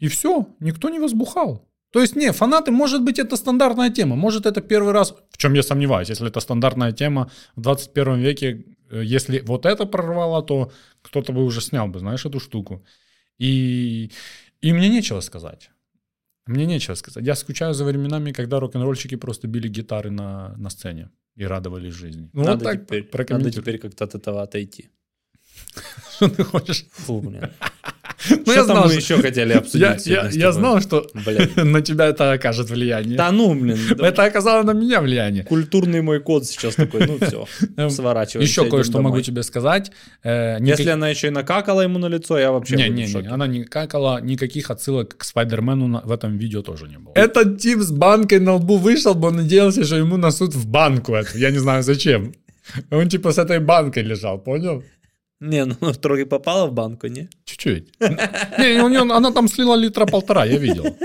Speaker 1: и все, никто не возбухал. То есть, не, фанаты, может быть, это стандартная тема, может, это первый раз, в чем я сомневаюсь, если это стандартная тема в 21 веке, э, если вот это прорвало, то кто-то бы уже снял бы, знаешь, эту штуку. И, и мне нечего сказать. Мне нечего сказать. Я скучаю за временами, когда рок-н-ролльщики просто били гитары на, на сцене и радовались жизни. Ну,
Speaker 2: надо,
Speaker 1: вот так
Speaker 2: теперь, надо
Speaker 1: прокомментирую.
Speaker 2: теперь как-то от этого отойти.
Speaker 1: Что ты хочешь? Ну,
Speaker 2: Фу, блин. Что
Speaker 1: я
Speaker 2: там
Speaker 1: знал,
Speaker 2: мы
Speaker 1: что-
Speaker 2: еще хотели обсудить?
Speaker 1: Я,
Speaker 2: сегодня
Speaker 1: я-
Speaker 2: с
Speaker 1: я
Speaker 2: тобой?
Speaker 1: знал, что
Speaker 2: Блин.
Speaker 1: на тебя это окажет влияние.
Speaker 2: Да ну, блин. да
Speaker 1: Это оказало на меня влияние.
Speaker 2: Культурный мой код сейчас такой, ну все,
Speaker 1: Эм,
Speaker 2: сворачиваемся.
Speaker 1: Еще
Speaker 2: идем
Speaker 1: кое-что
Speaker 2: домой.
Speaker 1: могу тебе сказать. Э, никак-
Speaker 2: Если она еще и накакала ему на лицо, я вообще
Speaker 1: не,
Speaker 2: буду
Speaker 1: не,
Speaker 2: в
Speaker 1: не,
Speaker 2: шоке.
Speaker 1: она не какала, никаких отсылок к Спайдермену на- в этом видео тоже не было. Этот тип с банкой на лбу вышел бы, он надеялся, что ему насут в банку эту, я не знаю зачем. Он типа с этой банкой лежал, понял?
Speaker 2: Не, ну трохи попала в банку, не?
Speaker 1: Чуть-чуть. Не, у нее, она там слила литра полтора, я видел.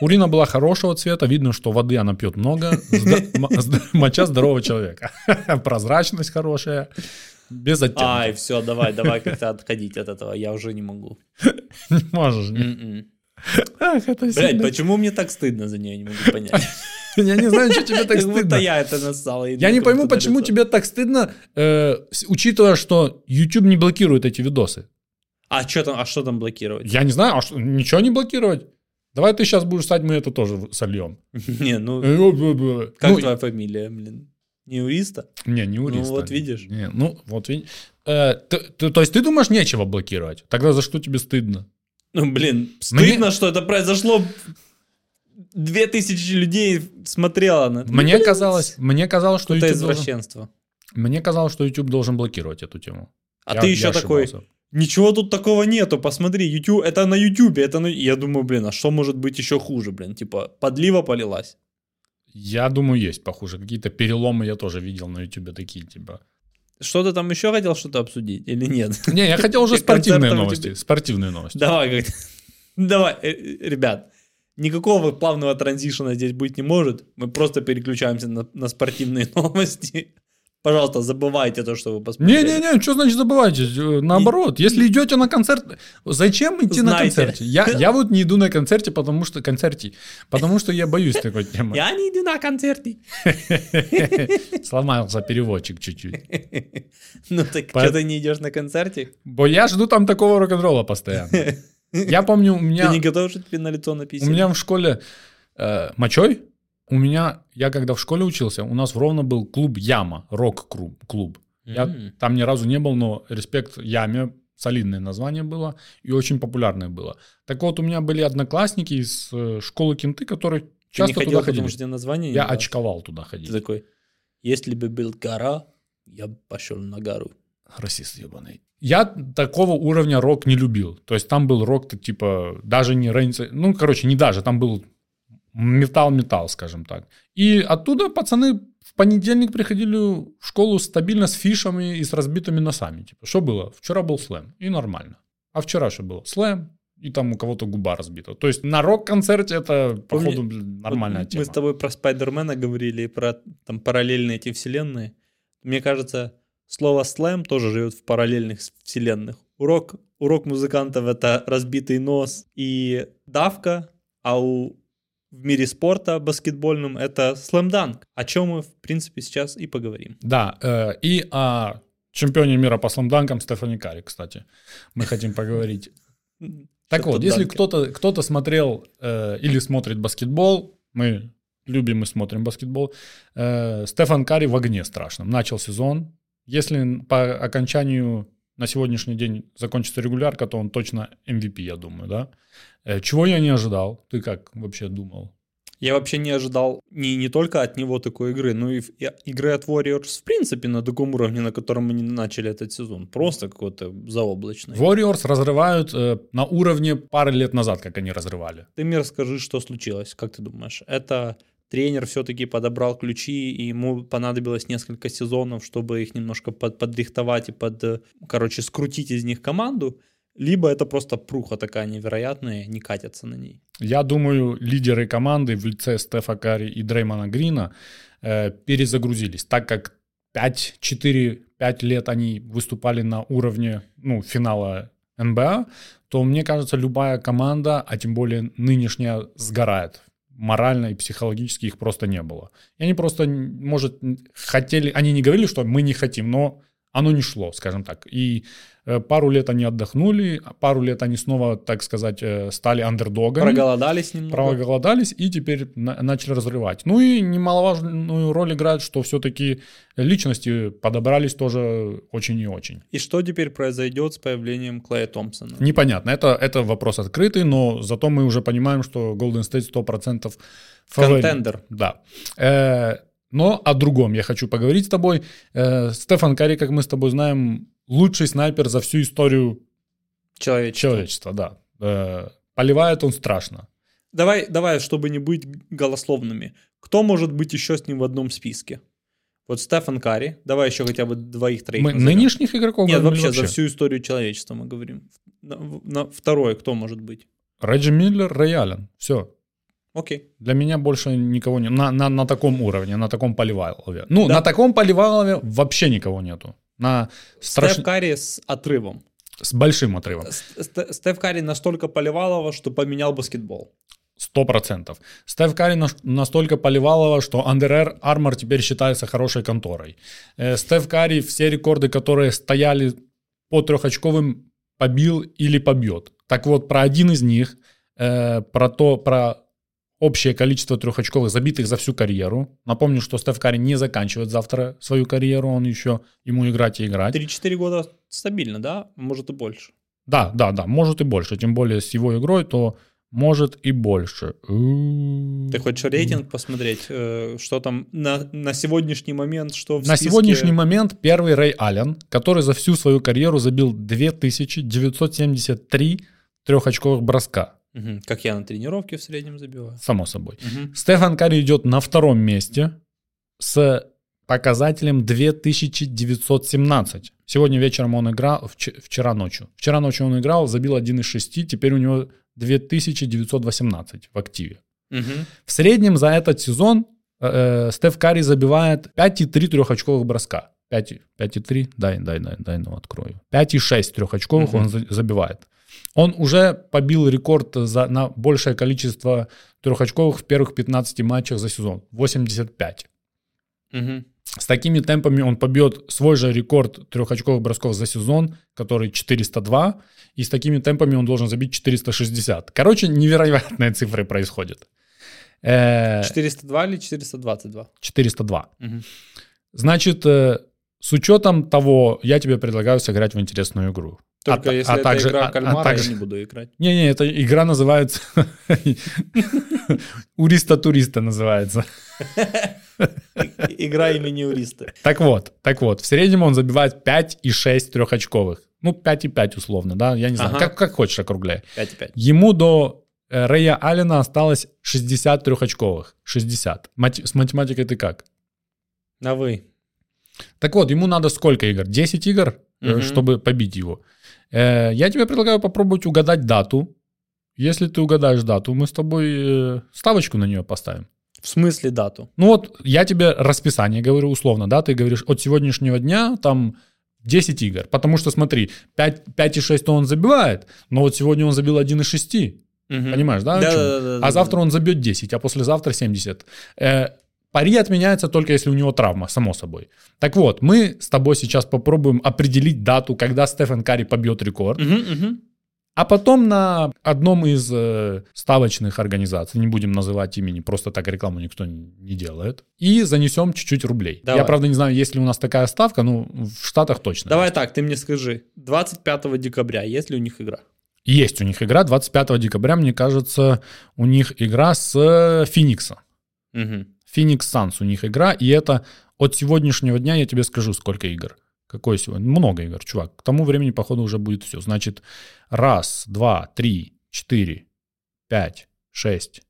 Speaker 1: Урина была хорошего цвета, видно, что воды она пьет много. Зда- м- зда- Моча здорового человека. Прозрачность хорошая, без оттенков.
Speaker 2: Ай, все, давай, давай как-то отходить от этого, я уже не могу.
Speaker 1: Не можешь. не-
Speaker 2: М-м.
Speaker 1: Ах, это
Speaker 2: Блядь,
Speaker 1: сильно.
Speaker 2: почему мне так стыдно за нее, не могу понять.
Speaker 1: Я не знаю, что тебе так
Speaker 2: Как будто
Speaker 1: стыдно.
Speaker 2: я это нассал. и
Speaker 1: Я не
Speaker 2: мне
Speaker 1: пойму,
Speaker 2: кому-то на
Speaker 1: почему
Speaker 2: лицо.
Speaker 1: тебе так стыдно, э, с- учитывая, что YouTube не блокирует эти видосы.
Speaker 2: А что там, а что там блокировать?
Speaker 1: Я не знаю, а что, ничего не блокировать? Давай ты сейчас будешь стать, мы это тоже в- сольем.
Speaker 2: Не, ну,
Speaker 1: Э, о, бля, бля.
Speaker 2: как
Speaker 1: Ну,
Speaker 2: твоя фамилия, блин? Не Уриста?
Speaker 1: Не, не у
Speaker 2: Ну,
Speaker 1: Риста.
Speaker 2: вот видишь.
Speaker 1: Не, ну, вот видишь. Э, ты- ты- то есть ты думаешь, нечего блокировать? Тогда за что тебе стыдно?
Speaker 2: Ну, блин,
Speaker 1: Мне-
Speaker 2: стыдно, что это произошло. Две тысячи людей смотрело на это.
Speaker 1: Мне казалось, мне казалось, что
Speaker 2: Это
Speaker 1: YouTube должен,
Speaker 2: извращенство.
Speaker 1: мне казалось, что YouTube должен блокировать эту тему.
Speaker 2: А
Speaker 1: Я-
Speaker 2: ты
Speaker 1: я
Speaker 2: еще такой,
Speaker 1: ошибался.
Speaker 2: ничего тут такого нету, посмотри, YouTube, это на YouTube, это на... Я думаю, блин, а что может быть еще хуже, блин, типа, подлива полилась.
Speaker 1: Я думаю, есть похуже. Какие-то переломы я тоже видел на YouTube такие, типа.
Speaker 2: Что ты там еще хотел что-то обсудить или нет?
Speaker 1: Не, я хотел уже
Speaker 2: Тебе концерт
Speaker 1: спортивные
Speaker 2: там у
Speaker 1: новости.
Speaker 2: тебя-
Speaker 1: Спортивные новости.
Speaker 2: Давай, как Давай, э, э, ребят, никакого плавного транзишена здесь быть не может, мы просто переключаемся на, на спортивные новости. Пожалуйста, забывайте то, что вы посмотрели.
Speaker 1: Не-не-не, что значит забывайте? Э, Наоборот, если идете на концерт, зачем идти на
Speaker 2: Знаете.
Speaker 1: концерте? Я, я вот не иду на концерте, потому что концерте, потому что я боюсь такой темы.
Speaker 2: Я не иду на концерты.
Speaker 1: Сломался переводчик чуть-чуть.
Speaker 2: Ну так
Speaker 1: По-
Speaker 2: что ты не идешь на концерте?
Speaker 1: Бо я жду там такого рок-н-ролла постоянно. Я помню, у
Speaker 2: Ты не
Speaker 1: меня,
Speaker 2: готов, что тебе на лицо
Speaker 1: у
Speaker 2: написано?
Speaker 1: меня в школе э, мочой. У меня, я когда в школе учился, у нас в Ровно был клуб Яма, рок-клуб. Я
Speaker 2: М.
Speaker 1: там ни разу не был, но респект Яме, солидное название было и очень популярное было. Так вот, у меня были одноклассники из э, школы Кенты, которые
Speaker 2: Ты не
Speaker 1: часто
Speaker 2: ходил,
Speaker 1: туда ходили.
Speaker 2: потому что тебе название не
Speaker 1: Я
Speaker 2: нравится?
Speaker 1: очковал туда ходить.
Speaker 2: Ты такой, если бы был гора, я бы пошел на гору.
Speaker 1: Расист ебаный. Я такого уровня рок не любил. То есть там был рок, типа, даже не Рейнс... Ну, короче, не даже, там был металл-металл, скажем так. И оттуда пацаны в понедельник приходили в школу стабильно с фишами и с разбитыми носами. Типа, что было? Вчера был слэм, и нормально. А вчера что было? Слэм, и там у кого-то губа разбита. То есть на рок-концерте это, походу, блин, нормальная
Speaker 2: Вот
Speaker 1: тема.
Speaker 2: Мы с тобой про Спайдермена говорили, и про там параллельные эти вселенные. Мне кажется, слово слэм тоже живет в параллельных с- вселенных. Урок, урок музыкантов — это разбитый нос и давка, а у в мире спорта баскетбольном это слэмданк, о чем мы, в принципе, сейчас и поговорим.
Speaker 1: Да, э, и о чемпионе мира по сламданкам Стефани Карри, кстати, мы хотим поговорить. Так
Speaker 2: Что-то
Speaker 1: вот, если
Speaker 2: данки.
Speaker 1: кто-то кто смотрел э, или смотрит баскетбол, мы любим и смотрим баскетбол, э, Стефан Карри в огне страшном. Начал сезон. Если по окончанию на сегодняшний день закончится регулярка, то он точно MVP, я думаю, да? Э, чего я не ожидал? Ты как вообще думал?
Speaker 2: Я вообще не ожидал не, не только от него такой игры, но и, в- и игры от Warriors в принципе на таком уровне, на котором они начали этот сезон. Просто какой-то заоблачный.
Speaker 1: Warriors разрывают э, на уровне пары лет назад, как они разрывали.
Speaker 2: Ты мне расскажи, что случилось, как ты думаешь? Это тренер все-таки подобрал ключи, и ему понадобилось несколько сезонов, чтобы их немножко под, подрихтовать и под, э, короче, скрутить из них команду, либо это просто пруха такая невероятная, не катятся на ней.
Speaker 1: Я думаю, лидеры команды в лице Стефа Карри и Дреймона Грина э, перезагрузились, так как 5-4-5 лет они выступали на уровне ну, финала НБА, то мне кажется, любая команда, а тем более нынешняя, сгорает. Морально и психологически их просто не было. И они просто, м, может, м, хотели, они не говорили, что мы не хотим, но оно не шло, скажем так. И э, пару лет они отдохнули, а пару лет они снова, так сказать, э, стали андердогами.
Speaker 2: Проголодались немного.
Speaker 1: проголодались и теперь на- начали разрывать. Ну и немаловажную роль играет, что все-таки личности подобрались тоже очень и очень.
Speaker 2: И что теперь произойдет с появлением Клея Томпсона?
Speaker 1: Непонятно, это, это вопрос открытый, но зато мы уже понимаем, что Golden State 100% фаворит.
Speaker 2: Контендер.
Speaker 1: Да. Э, но о другом я хочу поговорить с тобой. Э, Стефан Карри, как мы с тобой знаем, лучший снайпер за всю историю
Speaker 2: Человечество.
Speaker 1: человечества, да. Э, поливает он страшно.
Speaker 2: Давай, давай, чтобы не быть голословными. Кто может быть еще с ним в одном списке? Вот Стефан Карри. Давай еще хотя бы двоих-троих.
Speaker 1: Мы
Speaker 2: назовем.
Speaker 1: нынешних игроков
Speaker 2: ну, Нет,
Speaker 1: говорим или
Speaker 2: вообще, за всю историю человечества мы говорим. На- в- на- второе, кто может быть?
Speaker 1: Реджи Миллер, Рэй Аллен. Все.
Speaker 2: Окей.
Speaker 1: Для меня больше никого нет. На, на, на таком уровне, на таком поливалове. Ну,
Speaker 2: Да.
Speaker 1: на таком поливалове вообще никого нету. На страш...
Speaker 2: Стеф Карри с отрывом.
Speaker 1: С большим отрывом.
Speaker 2: С- Сте- Стеф Карри настолько поливалова, что поменял баскетбол.
Speaker 1: Сто процентов. Стеф Карри наш- настолько поливалова, что Under Armour теперь считается хорошей конторой. Э, Стеф Карри все рекорды, которые стояли по трехочковым, побил или побьет. Так вот, про один из них, э, про то, про общее количество трехочковых забитых за всю карьеру. Напомню, что Стеф Карри не заканчивает завтра свою карьеру, он еще, ему играть и играть.
Speaker 2: 3-4 года стабильно, да? Может и больше.
Speaker 1: Да, да, да, может и больше. Тем более с его игрой, то может и больше.
Speaker 2: Ты хочешь рейтинг посмотреть, э, что там на, на сегодняшний момент, что в
Speaker 1: На
Speaker 2: списке?
Speaker 1: сегодняшний момент первый Рэй Аллен, который за всю свою карьеру забил 2973 трехочковых броска,
Speaker 2: Мгм, Как я на тренировке в среднем забиваю.
Speaker 1: само собой.
Speaker 2: Мгм.
Speaker 1: Стефан Карри идет на втором месте с показателем 2917. Сегодня вечером он играл, вч- вчера ночью. Вчера ночью он играл, забил 1 из 6, теперь у него 2918 в активе.
Speaker 2: Мгм.
Speaker 1: В среднем за этот сезон э, э, Стеф Карри забивает 5,3 трехочковых броска. 5 5,3, дай, дай, дай, дай, ну открою. 5,6 трехочковых
Speaker 2: Мгм.
Speaker 1: он за- забивает. Он уже побил рекорд за, на большее количество трехочковых в первых 15 матчах за сезон. 85.
Speaker 2: Мгм.
Speaker 1: С такими темпами он побьет свой же рекорд трехочковых бросков за сезон, который 402, и с такими темпами он должен забить 460. Короче, невероятные цифры происходят. Э,
Speaker 2: 402 или 422?
Speaker 1: 402.
Speaker 2: Мгм.
Speaker 1: Значит, э, с учетом того, я тебе предлагаю сыграть в интересную игру.
Speaker 2: Только
Speaker 1: та-
Speaker 2: если
Speaker 1: а
Speaker 2: это
Speaker 1: также-
Speaker 2: игра
Speaker 1: а- а
Speaker 2: кальмара,
Speaker 1: также-
Speaker 2: я не буду играть.
Speaker 1: Не-не, эта игра называется... Уриста-туриста называется.
Speaker 2: И- Игра имени Уриста.
Speaker 1: Так вот, так вот, в среднем он забивает 5 и 6 трехочковых. Ну, 5 и 5 условно, да, я не знаю,
Speaker 2: Ага.
Speaker 1: как, как хочешь округляй.
Speaker 2: 5,5.
Speaker 1: Ему до э, Рэя Аллена осталось 60 трехочковых. 60. Мати- с математикой ты как?
Speaker 2: На вы.
Speaker 1: Так вот, ему надо сколько игр? 10 игр, э,
Speaker 2: Мгм.
Speaker 1: чтобы побить его. Э, Я тебе предлагаю попробовать угадать дату. Если ты угадаешь дату, мы с тобой э, ставочку на нее поставим.
Speaker 2: В смысле дату?
Speaker 1: Ну вот, я тебе расписание говорю условно, да, ты говоришь, от сегодняшнего дня там 10 игр. Потому что, смотри, 5, 5 и 6 он забивает, но вот сегодня он забил 1 из 6. Понимаешь, да? о чем?
Speaker 2: Да-да-да.
Speaker 1: А завтра он забьет 10, а послезавтра 70. Э, Пари отменяется только если у него травма, само собой. Так вот, мы с тобой сейчас попробуем определить дату, когда Стефан Карри побьет рекорд. А потом на одном из э, ставочных организаций, не будем называть имени, просто так рекламу никто н- не делает, и занесем чуть-чуть рублей.
Speaker 2: Давай.
Speaker 1: Я, правда, не знаю, есть ли у нас такая ставка, ну, в Штатах точно.
Speaker 2: Давай так, ты мне скажи. 25 декабря есть ли у них игра?
Speaker 1: Есть у них игра. 25 декабря, мне кажется, у них игра с э, Фениксом.
Speaker 2: Мгм.
Speaker 1: Phoenix Suns у них игра, и это от сегодняшнего дня я тебе скажу, сколько игр. Какое сегодня? Много игр, чувак. К тому времени, походу, уже будет все. Значит, раз, два, три, четыре, пять, шесть,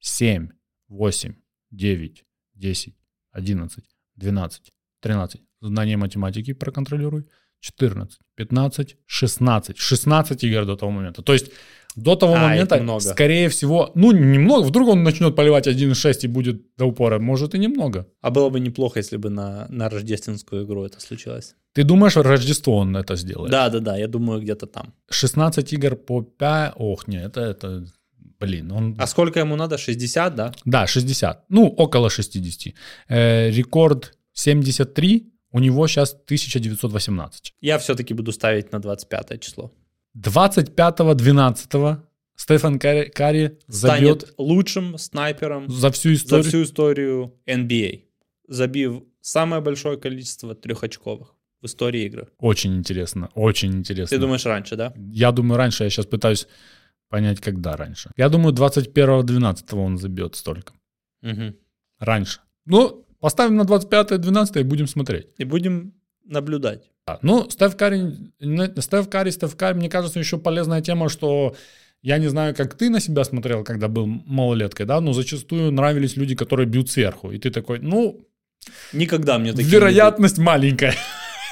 Speaker 1: семь, восемь, девять, десять, одиннадцать, двенадцать, тринадцать. Знание математики проконтролируй. 14, 15, 16. 16 игр до того момента. То есть до того
Speaker 2: А, это
Speaker 1: момента,
Speaker 2: много.
Speaker 1: скорее всего, ну, немного. Вдруг он начнет поливать 1,6 и будет до упора. Может и немного.
Speaker 2: А было бы неплохо, если бы на, на рождественскую игру это случилось.
Speaker 1: Ты думаешь, Рождество он это сделает?
Speaker 2: Да-да-да, я думаю, где-то там.
Speaker 1: 16 игр по 5... Ох, нет, это... это... Блин, он...
Speaker 2: А сколько ему надо? 60, да?
Speaker 1: Да, 60. Ну, около 60. Э, рекорд 73 У него сейчас 1918.
Speaker 2: Я все-таки буду ставить на 25 число.
Speaker 1: 25-12 Стефан Карри, Карри забьет
Speaker 2: Станет лучшим снайпером
Speaker 1: за всю
Speaker 2: за
Speaker 1: историю.
Speaker 2: всю историю NBA, забив самое большое количество трехочковых в истории игры.
Speaker 1: Очень интересно, очень интересно.
Speaker 2: Ты думаешь раньше, да?
Speaker 1: Я думаю, раньше, я сейчас пытаюсь понять, когда раньше. Я думаю, 21-12 он забьет столько.
Speaker 2: Мгм.
Speaker 1: Раньше. Ну, поставим на 25-12 и будем смотреть.
Speaker 2: И будем наблюдать.
Speaker 1: Да. Ну, Стеф Карри, не- Стеф Карри, Стеф Карри, мне кажется, еще полезная тема, что я не знаю, как ты на себя смотрел, когда был малолеткой, да, но зачастую нравились люди, которые бьют сверху. И ты такой, ну,
Speaker 2: Никогда мне такие не
Speaker 1: вероятность маленькая.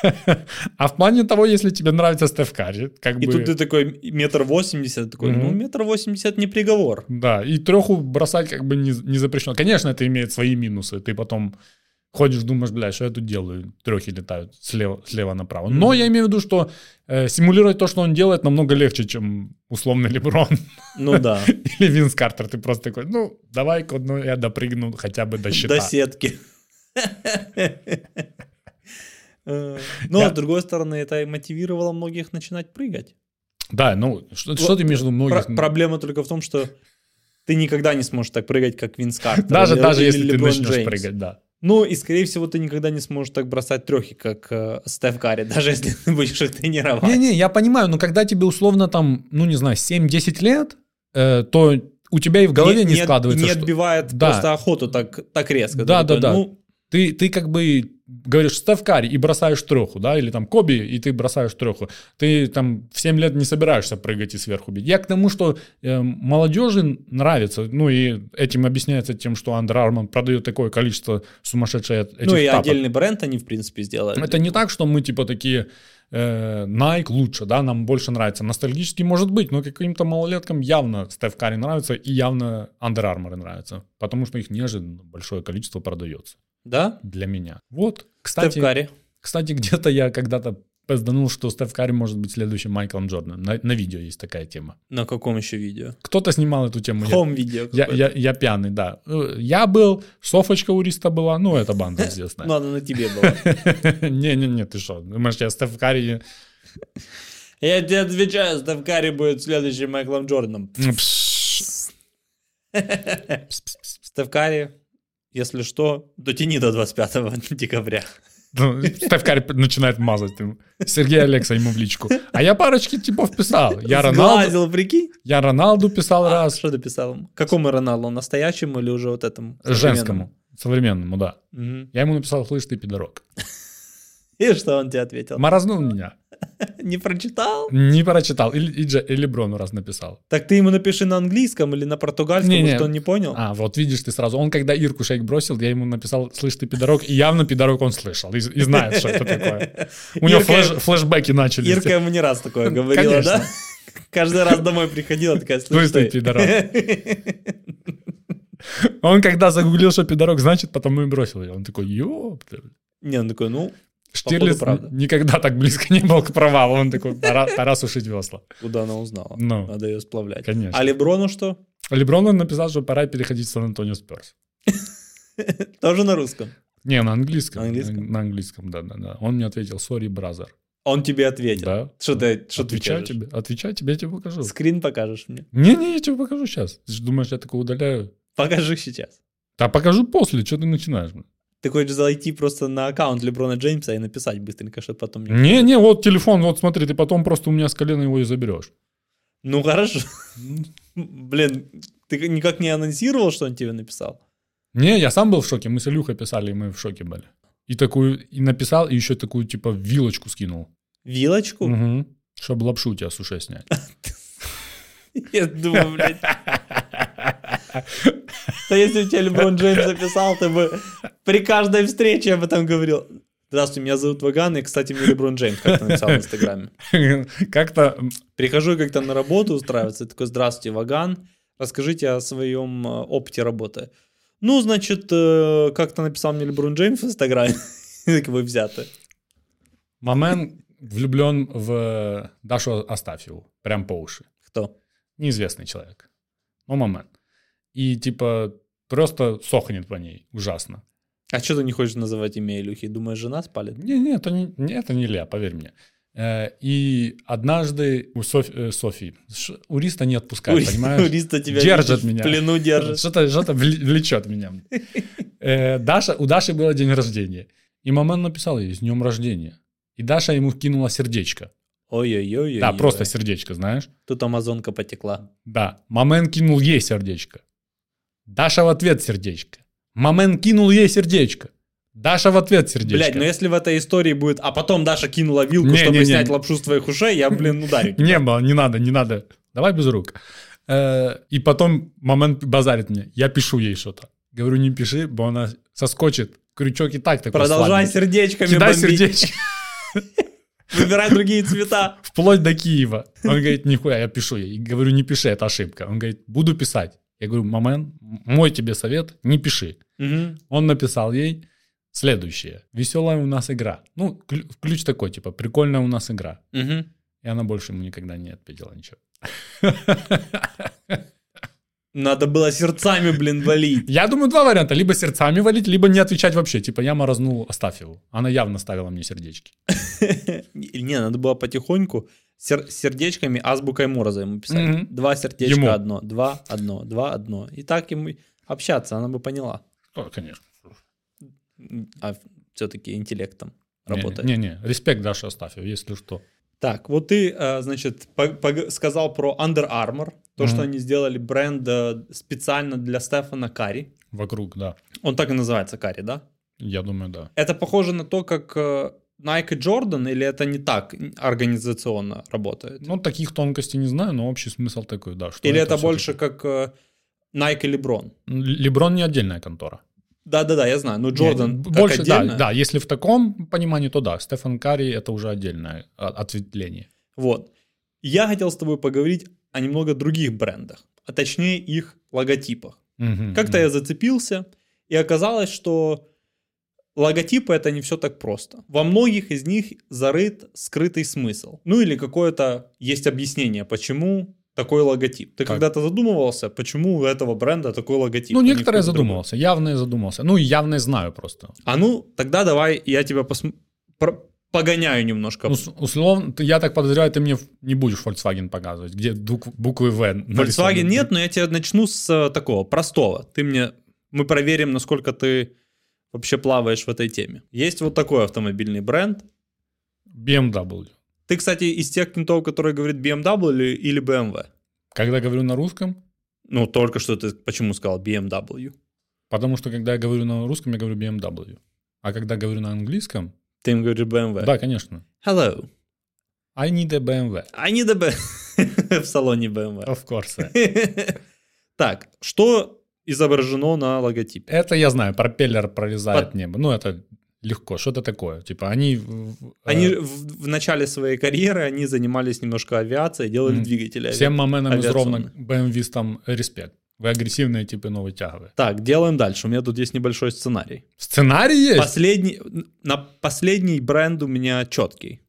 Speaker 1: А в плане того, если тебе нравится Стеф Карри, как
Speaker 2: были. И
Speaker 1: бы...
Speaker 2: тут ты такой метр восемьдесят, такой,
Speaker 1: Мгм.
Speaker 2: ну метр восемьдесят не приговор.
Speaker 1: Да, и треху бросать как бы не, не запрещено. Конечно, это имеет свои минусы. Ты потом ходишь, думаешь, блядь, что я тут делаю? Трехи летают слева, слева направо. Но
Speaker 2: Мгм.
Speaker 1: я имею в виду, что э, симулировать то, что он делает, намного легче, чем условный Леброн
Speaker 2: Ну да,
Speaker 1: или Винс Картер. Ты просто такой, ну, давай-ка, ну, я допрыгну хотя бы до
Speaker 2: до
Speaker 1: счета.
Speaker 2: сетки. Э, Ну, а
Speaker 1: Я-
Speaker 2: с другой стороны, это и мотивировало многих начинать прыгать.
Speaker 1: Да, ну, что, что ты между
Speaker 2: Про-
Speaker 1: многих...
Speaker 2: Проблема только в том, что ты никогда не сможешь так прыгать, как Винс Картер.
Speaker 1: даже
Speaker 2: или-
Speaker 1: даже
Speaker 2: или
Speaker 1: если ты
Speaker 2: Леброн
Speaker 1: начнешь
Speaker 2: Джеймс.
Speaker 1: прыгать, да.
Speaker 2: Ну, и, скорее всего, ты никогда не сможешь так бросать трехи, как э, Стеф Карри, даже если ты будешь их тренировать.
Speaker 1: Не-не, я понимаю, но когда тебе условно там, ну не знаю, 7-10 лет, э, то у тебя и в голове не,
Speaker 2: от-
Speaker 1: складывается,
Speaker 2: Не
Speaker 1: что
Speaker 2: отбивает
Speaker 1: Да.
Speaker 2: просто охоту так, так резко. Ты
Speaker 1: Да, да,
Speaker 2: такой,
Speaker 1: да.
Speaker 2: Ну,
Speaker 1: ты, ты как бы говоришь Стеф Карри и бросаешь треху, да, или там Коби, и ты бросаешь треху. Ты там в 7 лет не собираешься прыгать и сверху бить. Я к тому, что э, молодежи нравится, ну и этим объясняется тем, что Under Armour продает такое количество сумасшедших этих
Speaker 2: ну и
Speaker 1: тапок.
Speaker 2: отдельный бренд они, в принципе, сделали.
Speaker 1: Это не так, что мы типа такие э, Nike лучше, да, нам больше нравится. Ностальгически может быть, но каким-то малолеткам явно Стеф Карри нравится и явно Under Armour нравится, потому что их неожиданно большое количество продается
Speaker 2: Да?
Speaker 1: для меня. Вот,
Speaker 2: Стеф
Speaker 1: кстати,
Speaker 2: Карри.
Speaker 1: кстати где-то я когда-то пизданул, что Стеф Карри может быть следующим Майклом Джорданом. На, на видео есть такая тема.
Speaker 2: На каком еще видео?
Speaker 1: Кто-то снимал эту тему. я-
Speaker 2: Хом-видео.
Speaker 1: Я,
Speaker 2: какое-то.
Speaker 1: я- я пьяный, да. Э, Я был, Софочка у Риста была, ну, это банда известная.
Speaker 2: Ну, она на тебе была.
Speaker 1: Не-не-не, ты что? Думаешь, я Стеф Карри...
Speaker 2: Я тебе отвечаю, Стеф Карри будет следующим Майклом Джорданом. Стеф Карри, если что, дотяни до 25 декабря.
Speaker 1: Ну, Стеф Карри начинает мазать ему. Сергей Алекса ему в личку. А я парочки типов писал. Я Роналду,
Speaker 2: Сглазил, прикинь.
Speaker 1: я Роналду писал
Speaker 2: А,
Speaker 1: раз.
Speaker 2: что ты писал ему? Какому Роналду? Настоящему или уже вот этому?
Speaker 1: Женскому. Современному, да.
Speaker 2: современному? Мгм.
Speaker 1: Я ему написал, слышь, ты пидорок.
Speaker 2: И что он тебе ответил?
Speaker 1: Морознул меня.
Speaker 2: Не прочитал?
Speaker 1: Не прочитал. Или, и Дже- и Леброну раз написал.
Speaker 2: Так ты ему напиши на английском или на португальском,
Speaker 1: Не-не.
Speaker 2: что он не понял.
Speaker 1: А, вот видишь ты сразу. Он когда Ирку шейк бросил, я ему написал, слышь, ты пидорок. И явно пидорок он слышал. И, и знает, что это такое. У него
Speaker 2: Ирка-
Speaker 1: флеш- флешбеки начались.
Speaker 2: Ирка ему не раз такое говорила, да?
Speaker 1: Конечно.
Speaker 2: Каждый раз домой приходила, такая, слышь
Speaker 1: Слышь ты,
Speaker 2: ты.
Speaker 1: пидорок. Он когда загуглил, что пидорок значит, потому и бросил ее. Он такой, ёптер.
Speaker 2: Не, он такой, ну,
Speaker 1: Штирлиц
Speaker 2: правда.
Speaker 1: никогда так близко не был к провалу. Он такой, пора, пора сушить весла.
Speaker 2: куда она узнала?
Speaker 1: Ну.
Speaker 2: Надо ее сплавлять.
Speaker 1: Конечно.
Speaker 2: А Леброну что?
Speaker 1: Леброну написал, что пора переходить в Сан-Антонио Сперс.
Speaker 2: Тоже на русском.
Speaker 1: Не, на английском.
Speaker 2: На английском?
Speaker 1: На, английском, да-да-да. Он мне ответил, sorry, brother.
Speaker 2: Он тебе ответил.
Speaker 1: Да.
Speaker 2: Что ты, что ты
Speaker 1: Отвечаю
Speaker 2: скажешь?
Speaker 1: тебе, отвечаю тебе, я тебе покажу.
Speaker 2: Скрин покажешь мне.
Speaker 1: Не-не, я тебе покажу сейчас. Ты ж думаешь, я такое удаляю?
Speaker 2: Покажи сейчас.
Speaker 1: Да покажу после, что ты начинаешь. блин?
Speaker 2: Ты хочешь зайти просто на аккаунт Леброна Джеймса и написать быстренько, чтобы потом... не-
Speaker 1: Не-не, вот телефон, вот смотри, ты потом просто у меня с колена его и заберешь.
Speaker 2: Ну хорошо. Блин, ты никак не анонсировал, что он тебе написал?
Speaker 1: Не, я сам был в шоке. Мы с Илюхой писали, и мы в шоке были. И такую, и написал, и еще такую, типа, вилочку скинул.
Speaker 2: Вилочку?
Speaker 1: Угу. Чтобы лапшу у тебя с ушей снять.
Speaker 2: Я думаю, блядь. Да если бы тебе Леброн Джеймс записал, ты бы при каждой встрече об этом говорил. Здравствуй, меня зовут Ваган, и, кстати, мне Леброн Джеймс как-то написал в Инстаграме.
Speaker 1: Как-то... м,
Speaker 2: Прихожу как-то на работу устраиваться, такой, здравствуйте, Ваган, расскажите о своем э, опыте работы. Ну, значит, э, как-то написал мне Леброн Джеймс в Инстаграме, И так вы взяты.
Speaker 1: Мамен влюблен в э, Дашу Астафьеву. Прям по уши.
Speaker 2: Кто?
Speaker 1: Неизвестный человек. Ну, Мамен. И, типа, просто сохнет по ней ужасно.
Speaker 2: А что ты не хочешь называть имя Илюхи? Думаешь, жена спалит?
Speaker 1: Не, не, это не, не, это не Илья, поверь мне. Э, И однажды у Соф- э, Софии, Ш- у Риста не отпускают,
Speaker 2: Турист-
Speaker 1: понимаешь?
Speaker 2: туриста тебя
Speaker 1: Держит
Speaker 2: держит
Speaker 1: меня.
Speaker 2: в плену держит.
Speaker 1: Что-то, что-то вл- влечет меня. Э, Даша, у Даши было день рождения. И маман написал ей с днем рождения. И Даша ему кинула сердечко.
Speaker 2: Ой-ой-ой.
Speaker 1: Да, просто сердечко, знаешь?
Speaker 2: Тут амазонка потекла.
Speaker 1: Да. Мамен кинул ей сердечко. Даша в ответ сердечко. Мамен кинул ей сердечко. Даша в ответ сердечко.
Speaker 2: Блять, но ну если в этой истории будет, а потом Даша кинула вилку,
Speaker 1: Не,
Speaker 2: чтобы
Speaker 1: не, не.
Speaker 2: снять лапшу с твоих ушей, ну я, блин, ударю.
Speaker 1: Не было, не надо, не надо. Давай без рук. Э, И потом момент базарит мне. Я пишу ей что-то. Говорю, не пиши, бо она соскочит. Крючок и так такой
Speaker 2: Продолжай
Speaker 1: слабенький.
Speaker 2: сердечками
Speaker 1: Кидай
Speaker 2: бомбить.
Speaker 1: сердечко.
Speaker 2: Выбирай другие цвета.
Speaker 1: Вплоть до Киева. Он говорит, нихуя, я пишу ей. И говорю, не пиши, это ошибка. Он говорит, буду писать. Я говорю, мамэн, мой тебе совет, не пиши.
Speaker 2: Мгм.
Speaker 1: Он написал ей следующее. Веселая у нас игра. Ну, клю- ключ такой, типа, прикольная у нас игра.
Speaker 2: Мгм.
Speaker 1: И она больше ему никогда не ответила ничего.
Speaker 2: Надо было сердцами, блин, валить.
Speaker 1: Я думаю, два варианта. Либо сердцами валить, либо не отвечать вообще. Типа, я морознул, оставь его. Она явно ставила мне сердечки.
Speaker 2: Не, надо было потихоньку сер- сердечками азбукой Мороза ему писать.
Speaker 1: Мгм.
Speaker 2: Два
Speaker 1: Ему.
Speaker 2: сердечка, одно, два, одно, два, одно. И так ему общаться, она бы поняла.
Speaker 1: Что, конечно.
Speaker 2: А все-таки интеллектом
Speaker 1: Не-
Speaker 2: работает.
Speaker 1: Не-не, респект Даше Астафьев, если что.
Speaker 2: Так, вот ты, э, значит, по- пог- сказал про Under Armour, то,
Speaker 1: Мгм.
Speaker 2: что они сделали бренд э, специально для Стефана Карри.
Speaker 1: Вокруг, да.
Speaker 2: Он так и называется Карри, да?
Speaker 1: Я думаю, да.
Speaker 2: Это похоже на то, как э, Nike и Jordan, или это не так организационно работает?
Speaker 1: Ну, таких тонкостей не знаю, но общий смысл такой, да. Что
Speaker 2: или это,
Speaker 1: Ну, всё-таки-
Speaker 2: больше как э, Nike и LeBron?
Speaker 1: Леброн не отдельная контора.
Speaker 2: Да-да-да, я знаю, но Джордан
Speaker 1: Не,
Speaker 2: как
Speaker 1: больше,
Speaker 2: отдельно.
Speaker 1: да, да, если в таком понимании, то да. Стефан Карри это уже отдельное а, ответвление.
Speaker 2: Вот. Я хотел с тобой поговорить о немного других брендах, а точнее их логотипах.
Speaker 1: Мгм.
Speaker 2: Как-то я зацепился, и оказалось, что логотипы это не все так просто. Во многих из них зарыт скрытый смысл. Ну или какое-то есть объяснение, почему такой логотип. Ты
Speaker 1: Так.
Speaker 2: когда-то задумывался, почему у этого бренда такой логотип?
Speaker 1: Ну,
Speaker 2: а не
Speaker 1: некоторые
Speaker 2: какой-то другой?
Speaker 1: задумывался, явные задумался. Ну, явные знаю просто.
Speaker 2: А ну, тогда давай я тебя посм- про- погоняю немножко.
Speaker 1: Ну, с- условно, ты- я так подозреваю, ты мне в- не будешь Volkswagen показывать, где дук- буквы В.
Speaker 2: Volkswagen
Speaker 1: нарисованы.
Speaker 2: нет, но я тебя начну с э, такого простого. Ты мне, мы проверим, насколько ты вообще плаваешь в этой теме. Есть вот такой автомобильный бренд.
Speaker 1: BMW.
Speaker 2: Ты, кстати, из тех кентов, которые говорит BMW или- или BMW?
Speaker 1: Когда говорю на русском,
Speaker 2: Ну, только что ты почему сказал BMW?
Speaker 1: потому что когда я говорю на русском, я говорю BMW. А когда говорю на английском,
Speaker 2: Ты им говоришь BMW.
Speaker 1: да, конечно.
Speaker 2: Hello,
Speaker 1: I need a BMW.
Speaker 2: I need a B- в салоне BMW.
Speaker 1: Of course.
Speaker 2: так, что изображено на логотипе?
Speaker 1: Это я знаю, пропеллер прорезает
Speaker 2: Под-
Speaker 1: небо. Ну, это легко. Что-то такое. Типа они... в- в-
Speaker 2: Они
Speaker 1: э,
Speaker 2: в, в начале своей карьеры они занимались немножко авиацией, делали
Speaker 1: Мгм.
Speaker 2: двигатели.
Speaker 1: всем моменам из
Speaker 2: авиационные.
Speaker 1: ровно BMWистам респект. Вы агрессивные типа, типы новые тяговые.
Speaker 2: Так, делаем дальше. У меня тут есть небольшой сценарий.
Speaker 1: Сценарий есть?
Speaker 2: Последний, на последний бренд у меня четкий.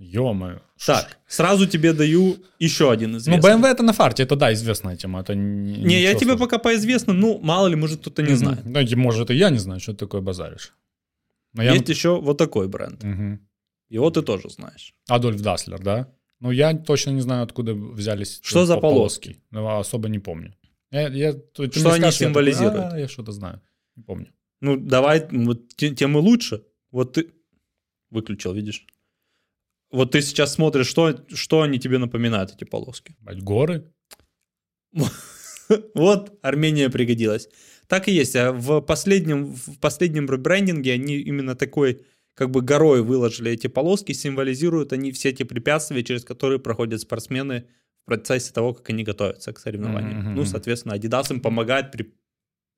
Speaker 1: Ё-моё.
Speaker 2: Так, сразу тебе даю еще один
Speaker 1: Ну,
Speaker 2: известный.
Speaker 1: BMW это на фарте, это да, известная тема. Это не,
Speaker 2: Не, я
Speaker 1: ничего
Speaker 2: тебе
Speaker 1: сложного.
Speaker 2: пока поизвестно, ну, мало ли, может, кто-то не
Speaker 1: Мгм.
Speaker 2: знает.
Speaker 1: Ну, и, может, и я не знаю, что ты такое базаришь. Но я-
Speaker 2: Есть еще вот такой бренд.
Speaker 1: Мгм.
Speaker 2: Его ты тоже знаешь.
Speaker 1: Адольф Даслер, да? Ну, я точно не знаю, откуда взялись.
Speaker 2: Что
Speaker 1: эти
Speaker 2: за
Speaker 1: по-
Speaker 2: полоски?
Speaker 1: Ну, особо не помню. Я- я- ты- ты
Speaker 2: Что
Speaker 1: мне
Speaker 2: они
Speaker 1: скажешь, я такой,
Speaker 2: символизируют?
Speaker 1: «А, я что-то знаю. Не помню.
Speaker 2: Ну, давай, м, вот те- тем и лучше. Вот ты... Выключил, видишь? Вот ты сейчас смотришь, что, что они тебе напоминают, эти полоски.
Speaker 1: Блядь, Горы?
Speaker 2: Вот Армения пригодилась. Так и есть. А в последнем, в последнем ребрендинге они именно такой как бы горой выложили эти полоски, символизируют они все те препятствия, через которые проходят спортсмены в процессе того, как они готовятся к соревнованиям.
Speaker 1: Мгм, мгм,
Speaker 2: Ну,
Speaker 1: мгм.
Speaker 2: соответственно, Adidas им помогает при-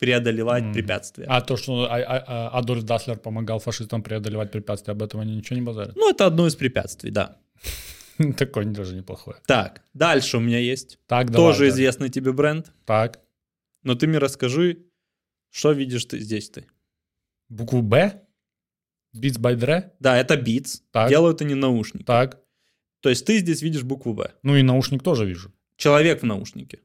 Speaker 2: преодолевать
Speaker 1: Мгм.
Speaker 2: препятствия.
Speaker 1: А то, что а- а- а Адольф Даслер помогал фашистам преодолевать препятствия, об этом они ничего не базарят.
Speaker 2: Ну, это одно из препятствий, да.
Speaker 1: Такое даже неплохое.
Speaker 2: Так, дальше у меня есть
Speaker 1: Так, давай,
Speaker 2: тоже
Speaker 1: да.
Speaker 2: известный тебе бренд,
Speaker 1: Так.
Speaker 2: но ты мне расскажи, что видишь ты здесь ты.
Speaker 1: Букву Б? Beats by Dre?
Speaker 2: Да, это Beats,
Speaker 1: Так.
Speaker 2: делают они наушники.
Speaker 1: Так.
Speaker 2: То есть ты здесь видишь букву «Б».
Speaker 1: Ну и наушник тоже вижу.
Speaker 2: Человек в наушнике.